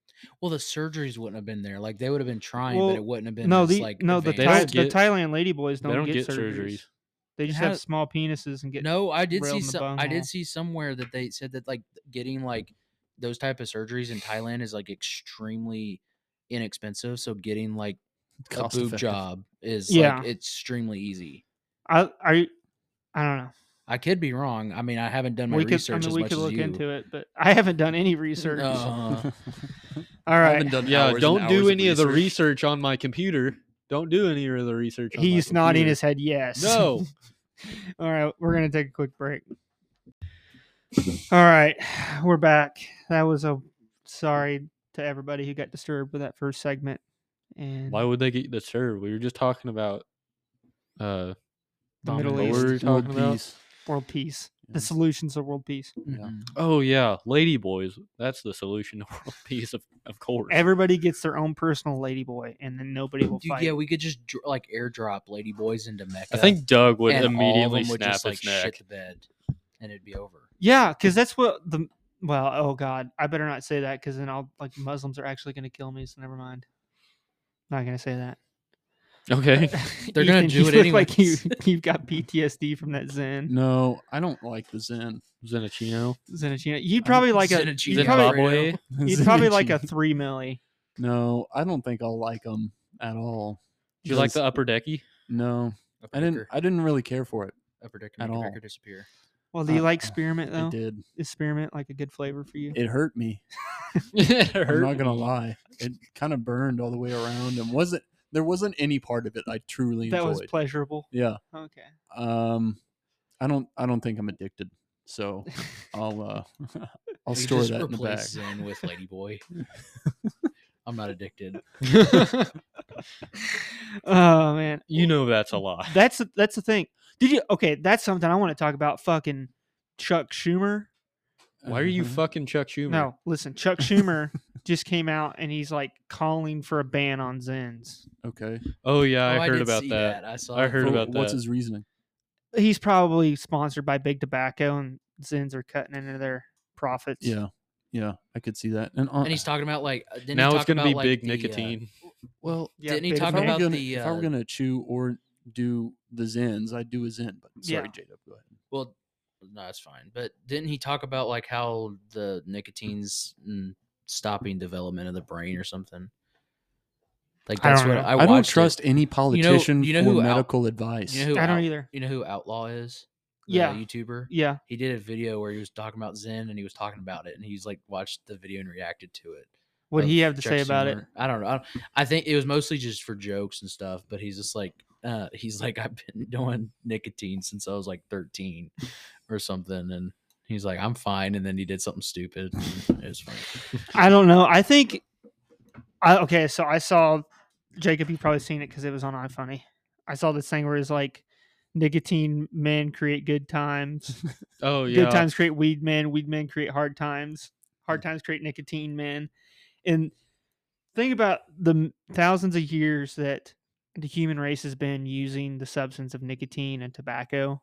S6: Well, the surgeries wouldn't have been there. Like they would have been trying,
S3: Well,
S6: but it wouldn't have been.
S3: no,
S6: this,
S3: the
S6: like
S3: no the,
S2: They
S6: advanced-
S3: Thai,
S2: don't
S3: the
S2: get-
S3: Thailand ladyboys
S2: They
S3: don't,
S2: don't
S3: get,
S2: get
S3: surgeries.
S2: surgeries.
S3: They just
S6: How-
S3: have small penises and get.
S6: no, I did
S3: rail
S6: see.
S3: in the
S6: Some, I
S3: bunghole.
S6: did see somewhere that they said that like getting like those type of surgeries in Thailand is like extremely inexpensive. So getting like a
S5: Cost
S6: boob
S5: effective.
S6: job is
S3: Yeah.
S6: like extremely easy.
S3: I I I don't know.
S6: I could be wrong. I mean, I haven't done my
S3: we could I
S6: research
S3: mean
S6: as
S3: we
S6: much
S3: could
S6: as
S3: look
S6: you.
S3: into it, but I haven't done any research.
S6: Uh,
S3: All
S5: I
S3: right,
S5: haven't done
S2: Yeah,
S5: hours and
S2: don't
S5: hours
S2: do any of the
S5: research.
S2: research on my computer. Don't do any of the research. On my
S3: he's nodding
S2: computer.
S3: his head yes.
S2: No.
S3: All right, we're gonna take a quick break. All right, we're back. That was a sorry to everybody who got disturbed with that first segment. And
S2: Why would they get disturbed? We were just talking about uh
S3: The
S2: Dominic,
S3: Middle
S2: what
S3: East.
S2: were we talking about?
S3: world peace?
S5: Yeah.
S3: The solutions of world peace.
S6: mm-mm.
S2: Oh yeah, lady boys. That's the solution to world peace, of, of course.
S3: Everybody gets their own personal ladyboy, and then nobody will
S6: Dude,
S3: fight.
S6: yeah, we could just dr- like airdrop lady boys into Mecca.
S2: I think Doug would
S6: and all of
S2: immediately
S6: them would
S2: snap
S6: just, like,
S2: his neck.
S6: Shit the bed, and it'd be over.
S3: Yeah, because that's what the well. Oh God, I better not say that because then I'll like Muslims are actually going to kill me. So never mind. Not going to say that.
S2: Okay.
S6: They're gonna
S3: Ethan,
S6: do
S3: you
S6: it
S3: look Like you,
S6: anyways.
S3: you've got PTSD from that Zen
S5: No, I don't like the Zen.
S2: Zenachino.
S3: Zenachina. You'd probably like a
S6: Zenachino.
S3: you'd probably,
S2: Zimbabwe.
S3: you'd probably like a
S5: Zenachin.
S3: three milli.
S5: No, I don't think I'll like them at all.
S2: Do you like the
S5: Because-
S2: upper decky?
S5: No, I didn't. I didn't really care for it.
S6: upper decker
S5: at
S6: make a
S5: all.
S6: cracker disappear.
S3: Well, do you
S5: Uh,
S3: like spearmint though?
S5: It did.
S3: Is spearmint like a good flavor for you?
S5: It hurt me.
S2: It
S5: I'm
S2: hurt
S5: not gonna
S2: me.
S5: lie. It kind of burned all the way around, and wasn't there wasn't any part of it I truly
S3: that was
S5: enjoyed.
S3: pleasurable.
S5: yeah.
S3: Okay.
S5: Um, I don't. I don't think I'm addicted. So I'll uh,
S6: You
S5: I'll store
S6: just
S5: that in the
S6: replace
S5: bag.
S6: Zen with Ladyboy. I'm not addicted.
S3: oh man,
S2: You know that's
S3: Mm-hmm.
S2: a lie.
S3: that's that's the thing. Did you okay? That's something I want to talk about. Fucking Chuck Schumer.
S2: Why are you
S5: Uh-huh.
S2: fucking Chuck Schumer?
S3: No, listen, Chuck Schumer just came out and he's like calling for a ban on Zens.
S5: Mm-hmm. okay?
S2: Oh yeah, I
S6: Oh,
S2: heard
S6: did
S2: about
S6: see
S2: that.
S6: I saw.
S2: I
S6: it.
S2: heard
S5: For-
S2: about
S5: What's
S2: that.
S5: his reasoning?
S3: He's probably sponsored by Big Tobacco and Zens are cutting into their profits.
S5: Yeah, yeah, I could see that. And, uh,
S6: And he's talking about like uh, didn't he
S2: Now it's
S6: talk
S2: gonna
S6: about,
S2: be
S6: like,
S2: big
S6: the, uh,
S2: nicotine.
S5: well,
S3: Yeah,
S6: Didn't he
S3: Big
S6: talk
S5: if I were
S3: Tobacco.
S6: about
S5: gonna-
S6: the,
S5: If I were
S6: uh,
S5: gonna chew or do the Zens, I'd do a Zen. But sorry,
S3: Yeah.
S5: J-Dub, go ahead.
S6: well, no, that's fine. But didn't he talk about like how the nicotine's mm, stopping development of the brain or something? Like
S3: I
S6: that's
S3: don't
S6: what
S3: know.
S6: I,
S5: I,
S6: watched
S5: don't
S6: it.
S5: trust any politician
S6: you know
S5: for
S6: who out-
S5: medical advice.
S6: You know who
S3: I don't
S6: Out-
S3: either.
S6: You know who Outlaw is? The
S3: Yeah.
S6: YouTuber.
S3: Yeah.
S6: He did a video where he was talking about Zen and he was talking about it and he's like watched the video and reacted to it.
S3: What
S6: of
S3: he have to
S6: Oh, Chuck
S3: say about it?
S6: Schumer. I don't know. I, don't, I think it was mostly just for jokes and stuff, but he's just like, uh, he's like, I've been doing nicotine since I was like 13 or something. And he's like, I'm fine. And then he did something stupid. and It was funny.
S3: I don't know. I think I okay, so I saw Jacob, you probably seen it because it was on iFunny. I saw this thing where it's like nicotine men create good times.
S2: Oh yeah.
S3: Good times create weed men. Weed men create hard times. Hard
S5: Mm.
S3: times create nicotine men. And think about the m- thousands of years that the human race has been using the substance of nicotine and tobacco.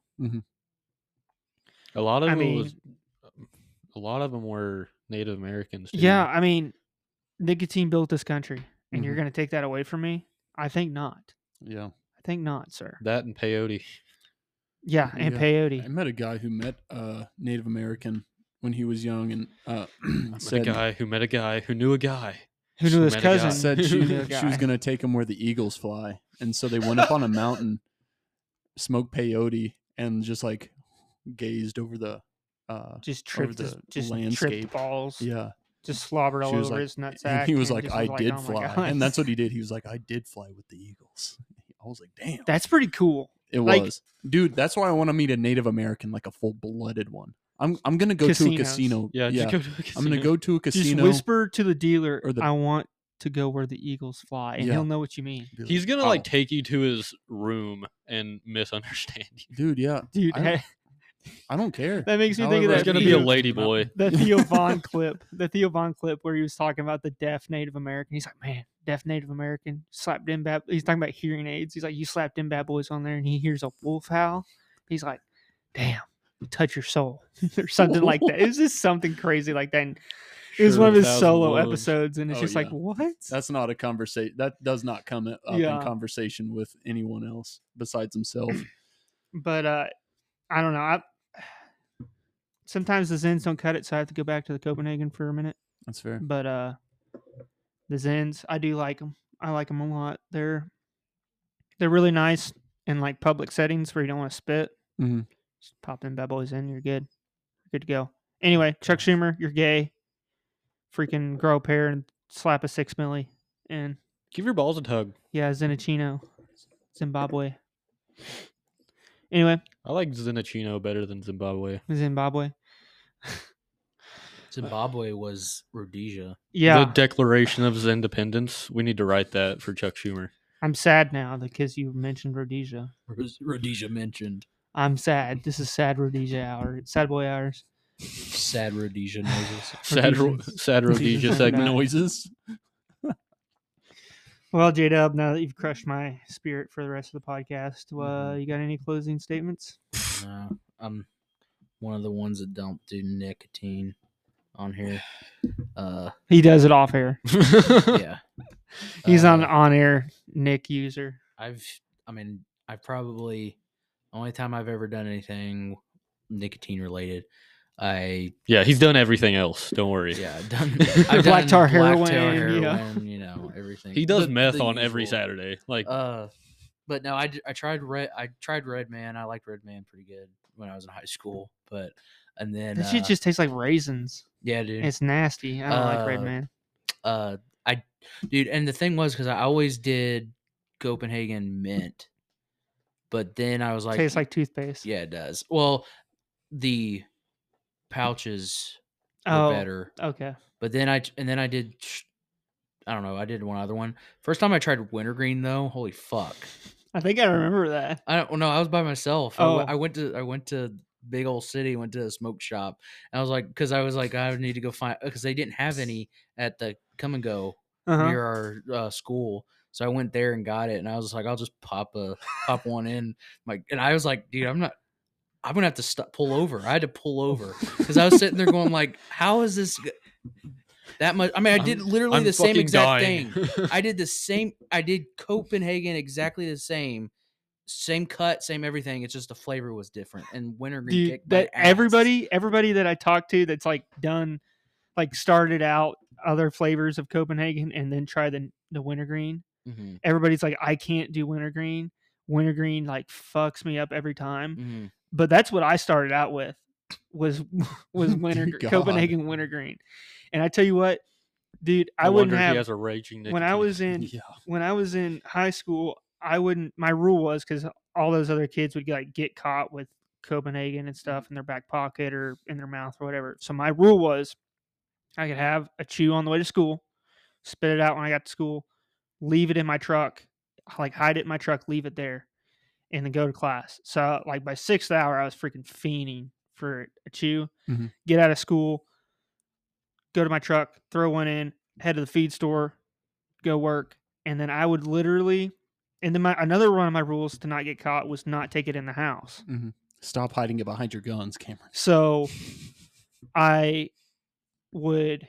S2: A lot of
S3: I
S2: it was. A lot of them were Native Americans. too.
S3: Yeah, I mean, nicotine built this country, and you're
S5: Mhm.
S3: going to take that away from me? I think not.
S5: Yeah.
S3: I think not, sir.
S2: That and peyote.
S3: Yeah, and
S5: Yeah. I
S3: peyote.
S5: met a guy who met a Native American when he was young and uh,
S2: I met
S5: said,
S2: a guy who met a guy who knew a guy.
S3: Who knew his
S2: met a guy.
S3: cousin?
S5: said she,
S3: Who knew a
S5: she was
S3: guy?
S5: going to take him where the eagles fly. And so they went up on a mountain, smoked peyote, and just like gazed over the. Uh,
S3: just tripped, his,
S5: the
S3: just tripped
S5: landscape.
S3: balls,
S5: yeah.
S3: just slobbered all
S5: She was
S3: over
S5: like-
S3: his nutsack.
S5: And he was
S3: and
S5: like,
S3: just
S5: I did
S3: "Oh my
S5: fly.
S3: God."
S5: And that's what he did. He was like, I did fly with the eagles. I was like, damn.
S3: That's pretty cool.
S5: It
S3: Like-
S5: was, dude. That's why I want to meet a Native American, like a full blooded one. I'm I'm gonna go to a
S3: Casinos.
S5: casino.
S2: Yeah, just go to a
S5: I'm gonna
S2: casino.
S5: go to a
S3: Just
S5: casino.
S3: whisper to the dealer,
S5: or the-
S3: I want to go where the eagles fly, and
S5: Yeah.
S3: he'll know what you mean.
S5: Be like,
S2: He's gonna like
S5: "Oh,
S2: take you to his room and misunderstand you.
S5: dude. Yeah,
S3: Dude,
S5: I don't-
S3: that,
S5: I don't care.
S3: that makes me think of that.
S5: However,
S2: There's gonna be a
S3: video-
S2: lady boy.
S3: the Theo Vaughn clip, the Theo Vaughn clip where he was talking about the deaf Native American. He's like, man, deaf Native American slapped in bad. He's talking about hearing aids. He's like, you slapped in bad boys on there, and he hears a wolf howl. He's like, damn, touch your soul or something like that. It was just something crazy like that. And it was one of his solo episodes, and it's
S5: Oh,
S3: just like
S5: yeah.
S3: what?
S5: That's not a conversation. That does not come up
S3: Yeah.
S5: in conversation with anyone else besides himself.
S3: but uh, I don't know. I, sometimes the Zens don't cut it, so I have to go back to the Copenhagen for a minute.
S5: That's fair.
S3: But uh, the Zens, I do like them. I like them a lot. They're they're really nice in like public settings where you don't want to spit.
S5: Mhm.
S3: Just pop them bad boys in, you're good. You're good to go. Anyway, Chuck Schumer, you're gay. Freaking grow a pair and slap a six milli. And
S2: Give your balls a tug.
S3: yeah, Zenachino, Zimbabwe. Anyway,
S2: I like Zinachino better than Zimbabwe.
S3: Zimbabwe.
S6: Zimbabwe was Rhodesia.
S3: Yeah,
S2: The Declaration of Independence. We need to write that for Chuck Schumer.
S3: I'm sad now because you mentioned Rhodesia.
S6: Rhodesia mentioned.
S3: I'm sad. This is sad Rhodesia hour. It's Sad boy hours.
S6: Sad Rhodesia noises.
S2: Sad, Ro-
S3: Rhodesians.
S2: sad Rhodesia
S3: Rhodesians are
S2: segment.
S3: back.
S5: Noises.
S3: Well, J Dub, now that you've crushed my spirit for the rest of the podcast, uh, you got any closing statements?
S6: No, I'm one of the ones that don't do nicotine on here. Uh,
S3: He does it off air.
S6: yeah.
S3: He's on
S6: Uh,
S3: on air Nick user.
S6: I've, I mean, I've probably only time I've ever done anything nicotine related. I
S2: yeah, he's done everything else. Don't worry.
S6: yeah done.
S3: Black
S6: I've done
S3: tar
S6: black
S3: heroin, yeah.
S6: heroin, you know everything.
S2: He does
S6: The-
S2: meth
S6: the
S2: on every
S6: usual.
S2: Saturday. Like
S6: Uh, but no, I, d- I tried red. I tried Red Man. I liked Red Man pretty good when I was in high school. But and then
S3: That shit
S6: uh,
S3: just tastes like raisins.
S6: yeah, dude.
S3: It's nasty. I don't like Red
S6: Uh,
S3: Man.
S6: uh I dude and the thing was because I always did Copenhagen mint, but then I was like
S3: tastes like toothpaste.
S6: yeah it does well the pouches were
S3: oh,
S6: better
S3: okay.
S6: but then I t- and then I did sh- I don't know I did one other one first time I tried wintergreen though holy fuck
S3: I think I remember that.
S6: I don't know I was by myself I,
S3: Oh.
S6: w- I went to I went to big old city went to a smoke shop and I was like because I was like I need to go find because they didn't have any at the come and go
S3: Uh-huh.
S6: near our uh, school. So I went there and got it, and I was like, I'll just pop a pop one in, like, and I was like, dude, I'm not, I'm gonna have to st- pull over. I had to pull over because I was sitting there going like, how is this g- that much? I mean, I
S2: I'm-
S6: did literally
S2: I'm
S6: the same
S2: fucking
S6: exact
S2: dying.
S6: thing. I did the same. I did Copenhagen exactly the same, same cut, same everything. It's just the flavor was different, and wintergreen.
S3: Dude,
S6: kicked my
S3: that
S6: ass.
S3: everybody, everybody that I talked to, that's like done, like started out other flavors of Copenhagen and then try the the wintergreen.
S6: Mhm,
S2: Mm-hmm.
S3: Everybody's like, I can't do wintergreen. Wintergreen like fucks me up every time.
S2: Mm.
S6: mhm.
S3: But that's what I started out with was was
S5: Dear
S3: winter
S5: God.
S3: Copenhagen wintergreen, and I tell you what, dude, I
S2: no wonder
S3: wouldn't
S2: He
S3: have
S2: has a raging.
S3: when I
S2: nicotine.
S3: was in
S5: Yeah.
S3: when I was in high school, I wouldn't. My rule was because all those other kids would like get caught with Copenhagen and stuff in their back pocket or in their mouth or whatever. So my rule was, I could have a chew on the way to school, spit it out when I got to school, leave it in my truck, h- like hide it in my truck, leave it there, and then go to class. So like by sixth hour, I was freaking fiending for a chew.
S5: Mhm.
S3: Get out of school, go to my truck, throw one in, head to the feed store, go work, and then I would literally. And then my another one of my rules to not get caught was not take it in the house.
S5: Stop hiding it behind your guns, Cameron.
S3: So I would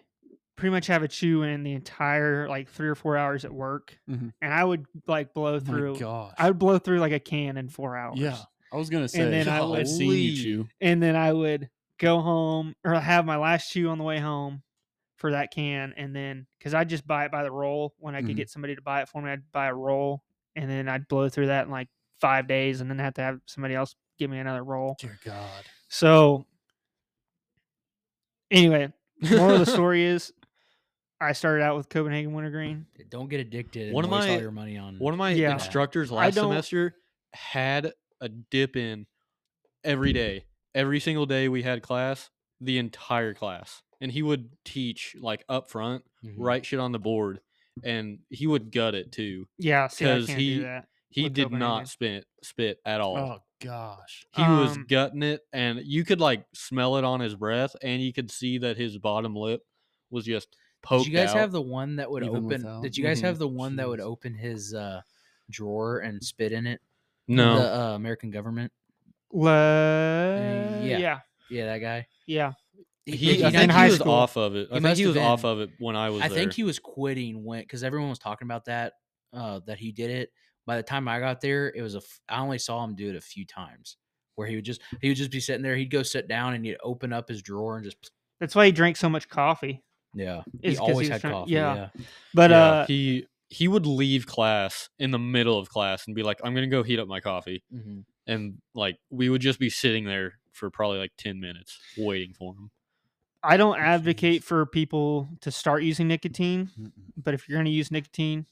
S3: pretty much have a chew in the entire like three or four hours at work,
S5: Mhm.
S3: and I would like blow
S5: Oh my
S3: through.
S5: gosh.
S3: I would blow through like a can in four hours.
S5: yeah. I was gonna say.
S3: then I would-
S5: I've seen you
S2: Golly.
S5: chew.
S3: and then I would go home or have my last chew on the way home for that can, and then because I just buy it by the roll when I could
S6: Mm-hmm.
S5: Mhm.
S3: get somebody to buy it for me, I'd buy a roll, and then I'd blow through that in like five days, and then have to have somebody else give me another roll.
S5: Dear God.
S3: So, anyway, moral of the story is, I started out with Copenhagen Wintergreen.
S6: don't get addicted. And
S2: One of
S6: waste all
S2: my-
S6: your money on
S2: One of my
S3: Yeah.
S2: instructors
S3: I
S2: last
S3: don't-
S2: semester had a dip in every day. Every single day we had class, the entire class. And he would teach like up front,
S6: Mhm.
S2: write shit on the board, and he would gut it too.
S3: Yeah, see, I
S2: 'Cause
S3: can't
S2: he-
S3: do that.
S2: He
S3: With
S2: did
S3: Copenhagen.
S2: not spit spit at all.
S5: Oh gosh.
S2: He was
S3: Um,
S2: gutting it and you could like smell it on his breath and you could see that his bottom lip was just poked
S6: Did you guys
S2: out.
S6: have the one that would
S5: even
S6: open?
S5: without-
S6: Did you guys
S5: Mhm.
S6: have the one that would
S5: Jeez.
S6: open his uh, drawer and spit in it?
S2: no.
S6: the uh, American government.
S3: Le-
S6: yeah.
S3: yeah,
S6: Yeah, that guy.
S3: yeah.
S6: He-
S2: He,
S6: he-
S2: I
S6: he-
S2: think
S3: in
S2: he
S3: high
S2: was
S3: school.
S2: off of it. I think
S6: must
S2: he
S6: have
S2: was off
S6: been.
S2: of it when I was
S6: I
S2: there.
S6: think he was quitting when because everyone was talking about that uh, that he did it. By the time I got there, it was a. f- I only saw him do it a few times where he would just he would just be sitting there. He'd go sit down and he'd open up his drawer and just
S3: That's why he drank so much coffee.
S6: yeah.
S3: Is
S6: He
S3: 'cause
S6: always
S3: he was
S6: had
S3: trying-
S6: coffee.
S3: yeah.
S6: Yeah.
S3: But
S2: Yeah,
S3: uh,
S2: he he would leave class in the middle of class and be like, "I'm gonna go heat up my coffee,"
S6: hmm
S2: and like we would just be sitting there for probably like ten minutes waiting for him.
S3: I don't advocate for people to start using nicotine. But if you're going to use nicotine,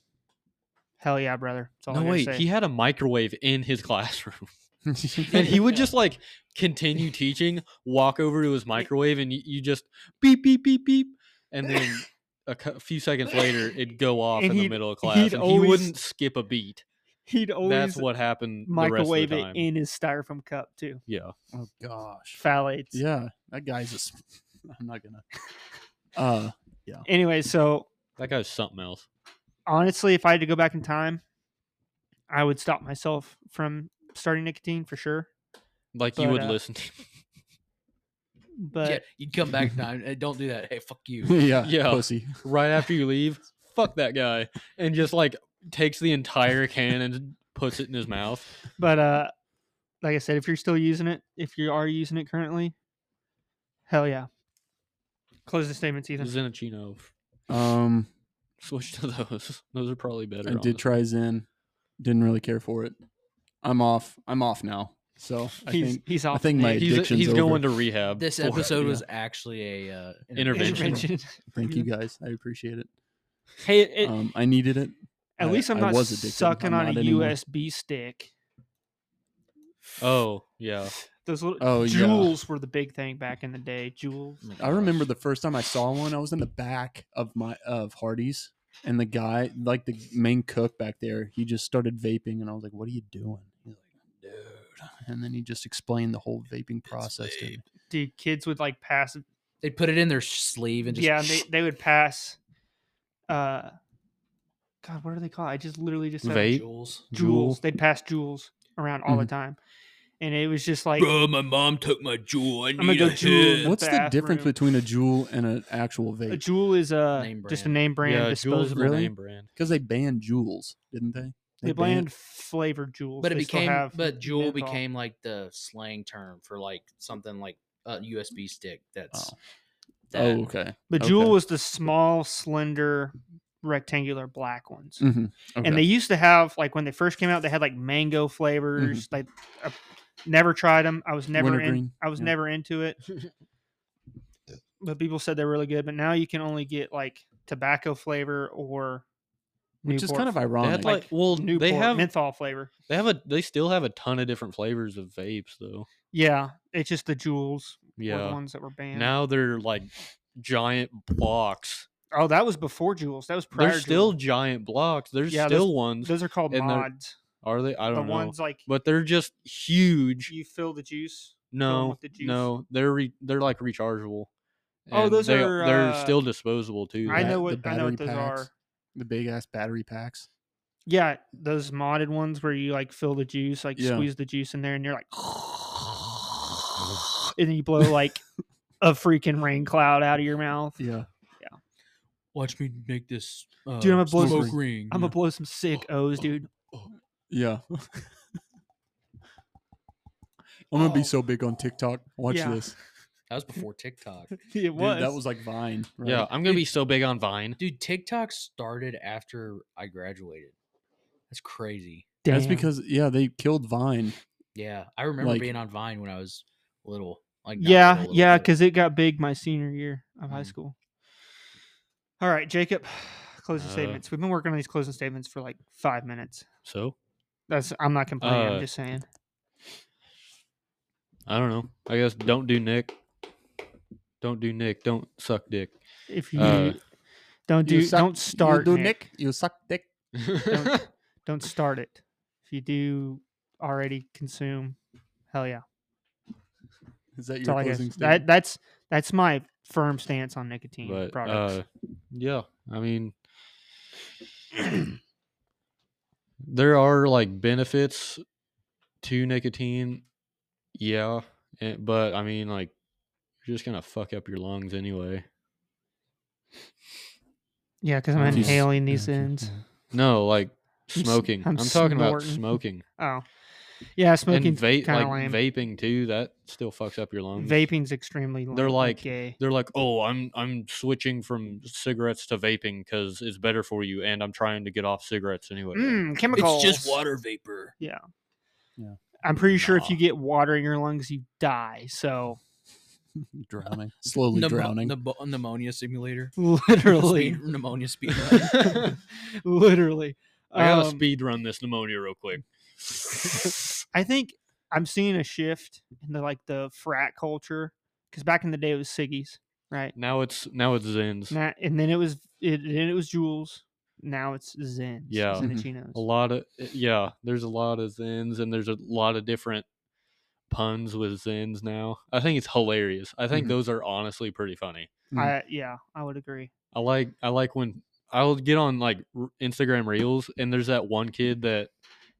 S3: hell yeah, brother. That's all
S2: No
S3: I gotta
S2: wait,
S3: say.
S2: he had a microwave in his classroom, and he would just like continue teaching, walk over to his microwave, and you, you just beep beep beep beep, and then. A cou- few seconds later, it'd go off
S3: And
S2: in the
S3: he'd-
S2: middle of
S3: he'd
S2: class, and he
S3: always-
S2: wouldn't skip a beat.
S3: He'd
S2: That's
S3: always
S2: what happened.
S3: microwave
S2: the rest of
S3: it
S2: the time.
S3: in his styrofoam cup too.
S2: Yeah,
S5: oh gosh.
S3: Phthalates.
S5: Yeah, that guy's just. I'm not gonna. Uh,
S3: Anyway, so
S2: that guy's something else.
S3: honestly, if I had to go back in time, I would stop myself from starting nicotine for sure.
S2: Like you
S3: But,
S2: would
S3: uh,
S2: listen to
S3: But
S6: yeah, you'd come back time. "Hey, Don't do that. Hey, fuck you.
S5: yeah,
S2: Yeah.
S5: pussy.
S2: right after you leave, fuck that guy, and just like takes the entire can and puts it in his mouth.
S3: but uh like I said, if you're still using it, if you are using it currently, hell yeah. Close the statements, Ethan.
S2: Zenachino,
S5: Um,
S2: switch to those. Those are probably better.
S5: I did
S2: honestly.
S5: try Zen. Didn't really care for it. I'm off. I'm off now. So I
S3: he's
S5: think
S3: he's
S5: I
S3: off
S5: think my
S2: He's, uh,
S5: addiction's
S2: he's
S5: over.
S2: going to rehab.
S6: This
S2: for it,
S6: episode
S5: yeah.
S6: was actually a uh,
S2: Intervention.
S3: intervention.
S5: Thank you guys. I appreciate it.
S3: hey, Mhm. it,
S5: Um, I needed it.
S3: at
S5: Oh, I-
S3: least I'm
S5: I
S3: not
S5: was addicted.
S3: sucking
S5: I'm
S3: on
S5: not
S3: a
S5: anymore.
S3: USB stick.
S2: Oh yeah,
S3: Those little
S5: Oh, yeah.
S3: jewels were the big thing back in the day. Jewels.
S6: Oh my
S5: I remember
S6: gosh.
S5: the first time I saw one. I was in the back of my of Hardee's, and the guy, like the main cook back there, he just started vaping, and I was like, "What are you doing?" He's like, "Dude," and then he just explained the whole vaping process to me.
S3: Dude, kids would like pass.
S6: They'd put it in their sleeve and just
S3: yeah, and they, they would pass. Uh, God, what are they called? I just literally just said
S2: Vape?
S6: Jules.
S3: jewels. They'd pass jewels around all the time, and it was just like
S6: Bro, my mom took my jewel. I need
S3: I'm gonna go
S6: a
S3: jewel.
S6: head."
S5: What's the difference
S3: bathroom.
S5: between a jewel and an actual
S3: a
S5: vape?
S3: jewel is a
S6: Name
S3: just a
S6: brand.
S3: name brand
S2: yeah. Jules
S3: disposable.
S5: really-
S2: name brand.
S5: Because they banned jewels, didn't they?
S3: They banned flavored jewels,
S6: but it
S3: They still
S6: became
S3: have
S6: but jewel
S3: menthol.
S6: became like the slang term for like something like a USB stick that's
S5: Oh.
S6: that
S5: Oh, okay.
S3: The jewel
S5: okay.
S3: was the small, slender, rectangular black ones.
S5: Mm-hmm. okay.
S3: And they used to have like when they first came out, they had like mango flavors. Like, I never tried them. I was never in,
S5: Wintergreen,
S3: I was
S5: yeah.
S3: never into it. but people said they're really good. But now you can only get like tobacco flavor or
S5: which is
S3: Newport
S5: kind of
S3: f-
S2: They
S5: ironic.
S2: had like, well,
S3: Newport
S2: they have
S3: menthol flavor.
S2: they have a they still have a ton of different flavors of vapes though.
S3: Yeah, it's just the jewels were the
S2: Yeah,
S3: ones that were banned.
S2: now they're like giant blocks.
S3: oh, that was before jewels. That was prior.
S2: There's still
S3: Juul.
S2: giant blocks. There's
S3: Yeah, those-
S2: still ones.
S3: those are called
S2: and they're-
S3: mods.
S2: Are they? I
S3: The
S2: don't know.
S3: ones like
S2: but they're just huge.
S3: you fill the juice. them
S2: No,
S3: with the juice.
S2: no, they're re- they're like rechargeable.
S3: Oh,
S2: and
S3: those
S2: they,
S3: are,
S2: they're
S3: uh,
S2: still disposable too.
S3: I
S5: bat-
S3: know
S5: the
S3: what I know what those
S5: battery packs.
S3: are.
S5: the big ass battery packs.
S3: Yeah, those modded ones where you like fill the juice, like
S5: Yeah.
S3: squeeze the juice in there, and you're like, and then you blow like a freaking rain cloud out of your mouth.
S5: Yeah.
S6: watch me make this uh,
S3: Dude, I'm a blow
S6: smoke
S5: some-
S6: ring.
S3: I'm gonna blow some sick O's, dude.
S5: Yeah. I'm gonna
S6: Oh.
S5: be so big on TikTok. Watch
S3: Yeah.
S5: this.
S6: that was before TikTok.
S3: It
S5: Dude,
S3: was.
S5: that was like Vine. Right?
S2: Yeah, I'm gonna be so big on Vine.
S6: Dude, TikTok started after I graduated. That's crazy.
S5: That's
S3: Damn.
S5: because yeah, they killed Vine.
S6: Yeah, I remember
S5: Like-
S6: being on Vine when I was little. Like not
S3: yeah,
S6: little, little,
S3: yeah,
S6: little.
S3: because it got big my senior year of high
S5: Mm.
S6: Mhm.
S3: school. All right, Jacob, closing
S2: Uh,
S3: statements. We've been working on these closing statements for like five minutes.
S2: So
S3: That's I'm not complaining. I'm
S2: Uh,
S3: just saying.
S2: I don't know. I guess don't do Nick. Don't do Nick. Don't suck dick.
S3: If you
S2: uh,
S3: don't do,
S5: You suck-
S3: don't start,
S5: You do
S3: Nick.
S5: Nick. You suck dick.
S3: Don't- don't start it. If you do already consume, hell yeah.
S5: Is that
S3: That's
S5: your
S3: all I guess.
S5: closing
S3: That,
S5: statement?
S3: that's that's my firm stance on nicotine
S2: but
S3: products.
S2: uh, yeah, I mean, there are like benefits to nicotine Yeah, eh, but I mean, like, you're just gonna fuck up your lungs anyway.
S3: Yeah, because
S2: If
S3: I'm
S2: you s-
S3: inhaling these ends.
S2: No, like
S3: I'm s-
S2: smoking. I'm,
S3: I'm
S2: talking about
S3: snorting.
S2: smoking,
S3: Oh, yeah, smoking
S2: and vape,
S3: kind
S2: like
S3: of lame.
S2: vaping too. That still fucks up your lungs.
S3: Vaping's extremely lame.
S2: They're
S3: I'm
S2: like-
S3: gay.
S2: They're like, oh, I'm I'm switching from cigarettes to vaping because it's better for you, and I'm trying to get off cigarettes anyway.
S3: Mm, chemicals.
S6: vapor.
S3: I'm pretty sure
S2: Nah.
S3: if you get water in your lungs, you die. So
S5: drowning, slowly drowning.
S6: pneumonia simulator.
S3: literally,
S6: Speed- pneumonia speed.
S3: literally.
S2: I gotta
S3: Um,
S2: speed run this pneumonia real quick.
S3: I think I'm seeing a shift in the like the frat culture because back in the day it was Siggy's, right?
S2: Now it's now it's Zins.
S3: Now, and then it was it, then it was Jules. Now it's Zen.
S2: Yeah.
S5: Mhm.
S3: Zenicinos.
S2: a lot of eh, yeah there's a lot of zins and there's a lot of different puns with zins now i think it's hilarious i think
S5: Mhm.
S2: those are honestly pretty funny
S5: Mm.
S3: I, yeah, I would agree.
S2: i like i like when i'll get on like r- instagram reels and there's that one kid that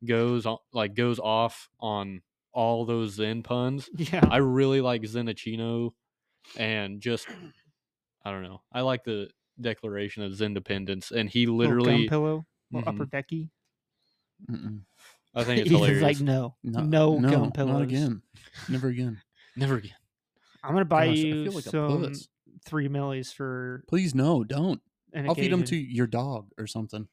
S2: goes on like goes off on all those zen puns
S3: Yeah,
S2: i really like zenichino and just i don't know i like the declaration of independence and he
S3: Little gum
S2: literally
S3: pillow, little
S2: Mhm.
S5: Mm-hmm.
S3: upper decky.
S5: Mm-mm.
S2: i think it's
S3: Ethan's
S2: hilarious
S3: like no,
S5: No,
S3: no,
S5: no,
S3: gum
S5: not
S3: pillows.
S5: again. Never again.
S2: never again
S3: I'm gonna buy
S5: Gosh, I
S3: you
S5: feel like a
S3: some
S5: puss.
S3: three millies for
S5: Please no, don't.
S3: an
S5: I'll feed them to
S3: occasion.
S5: your dog or something.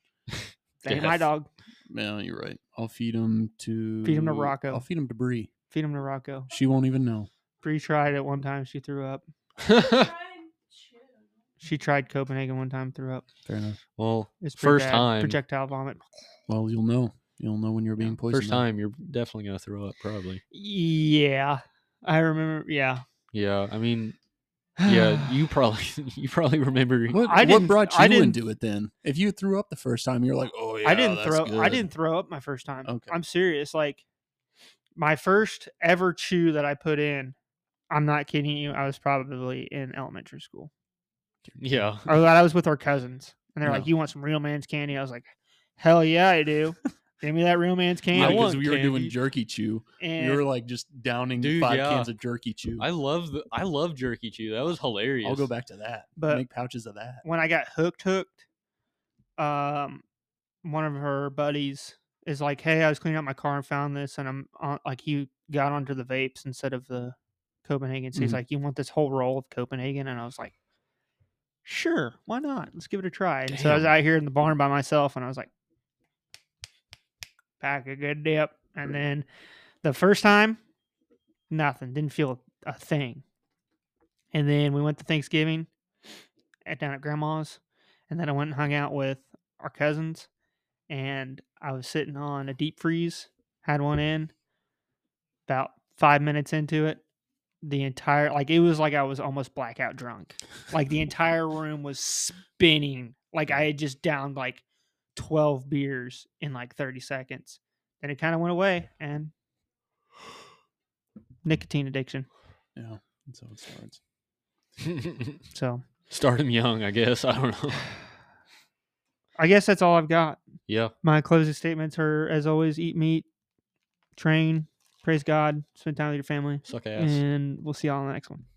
S3: That ain't my
S2: Yes.
S3: dog.
S5: No, you're right. I'll feed them to
S3: Feed 'em to Rocco.
S5: I'll feed them to Bree.
S3: Feed him to Rocco.
S5: She won't even know.
S3: Bree tried it one time. She threw up. She tried Copenhagen one time. Threw up.
S5: Fair enough.
S2: well
S3: It's pretty
S2: first
S3: bad.
S2: time
S3: projectile vomit.
S5: Well, you'll know. You'll know when you're being poisoned.
S2: First
S5: though.
S2: time, you're definitely gonna throw up, probably.
S3: Yeah, I remember. Yeah,
S2: Yeah, I mean, yeah, you probably you probably remember.
S5: What,
S3: I
S5: what
S3: didn't-
S5: brought you
S3: I didn't-
S5: into it then? If you threw up the first time, you're like, oh yeah,
S3: I didn't
S5: that's
S3: throw. I
S5: good."
S3: didn't throw up my first time.
S5: Okay.
S3: I'm serious. Like my first ever chew that I put in. I'm not kidding you. I was probably in elementary school.
S2: Yeah,
S3: Or that I was with our cousins, and they're
S5: Yeah.
S3: like, "You want some real man's candy?" I was like, "Hell yeah, I do." Give me that real man's
S5: Yeah,
S3: candy.
S5: because
S2: want
S5: we were doing
S2: candy.
S5: jerky chew.
S3: and
S5: You were like just downing
S2: Dude,
S5: five
S2: yeah.
S5: cans of jerky chew.
S2: I love the I love jerky chew. That was hilarious.
S5: I'll go back to that.
S3: But-
S5: Make pouches of that.
S3: when I got hooked, hooked, um, one of her buddies is like, "Hey, I was cleaning out my car and found this," and I'm on, like, he got onto the vapes instead of the Copenhagen. So he's
S5: Mhm.
S3: like, "You want this whole roll of Copenhagen?" And I was like, "Sure, why not? Let's give it a try." And so I was
S2: Damn.
S3: out here in the barn by myself, and I was like, "Pack a good dip," and then the first time, nothing. Didn't feel a thing. And then we went to Thanksgiving at down at grandma's, and then I went and hung out with our cousins, and I was sitting on a deep freeze, had one in. About five minutes into it, the entire like it was like I was almost blackout drunk. Like the entire room was spinning. Like I had just downed like twelve beers in like thirty seconds. Then it kind of went away, and nicotine addiction.
S5: Yeah. That's how it starts.
S3: So
S2: Start him young, I guess. I don't know.
S3: I guess that's all I've got.
S2: Yeah,
S3: My closing statements are, as always, eat meat, train, praise God, spend time with your family,
S2: suck ass.
S3: and we'll see y'all on the next one.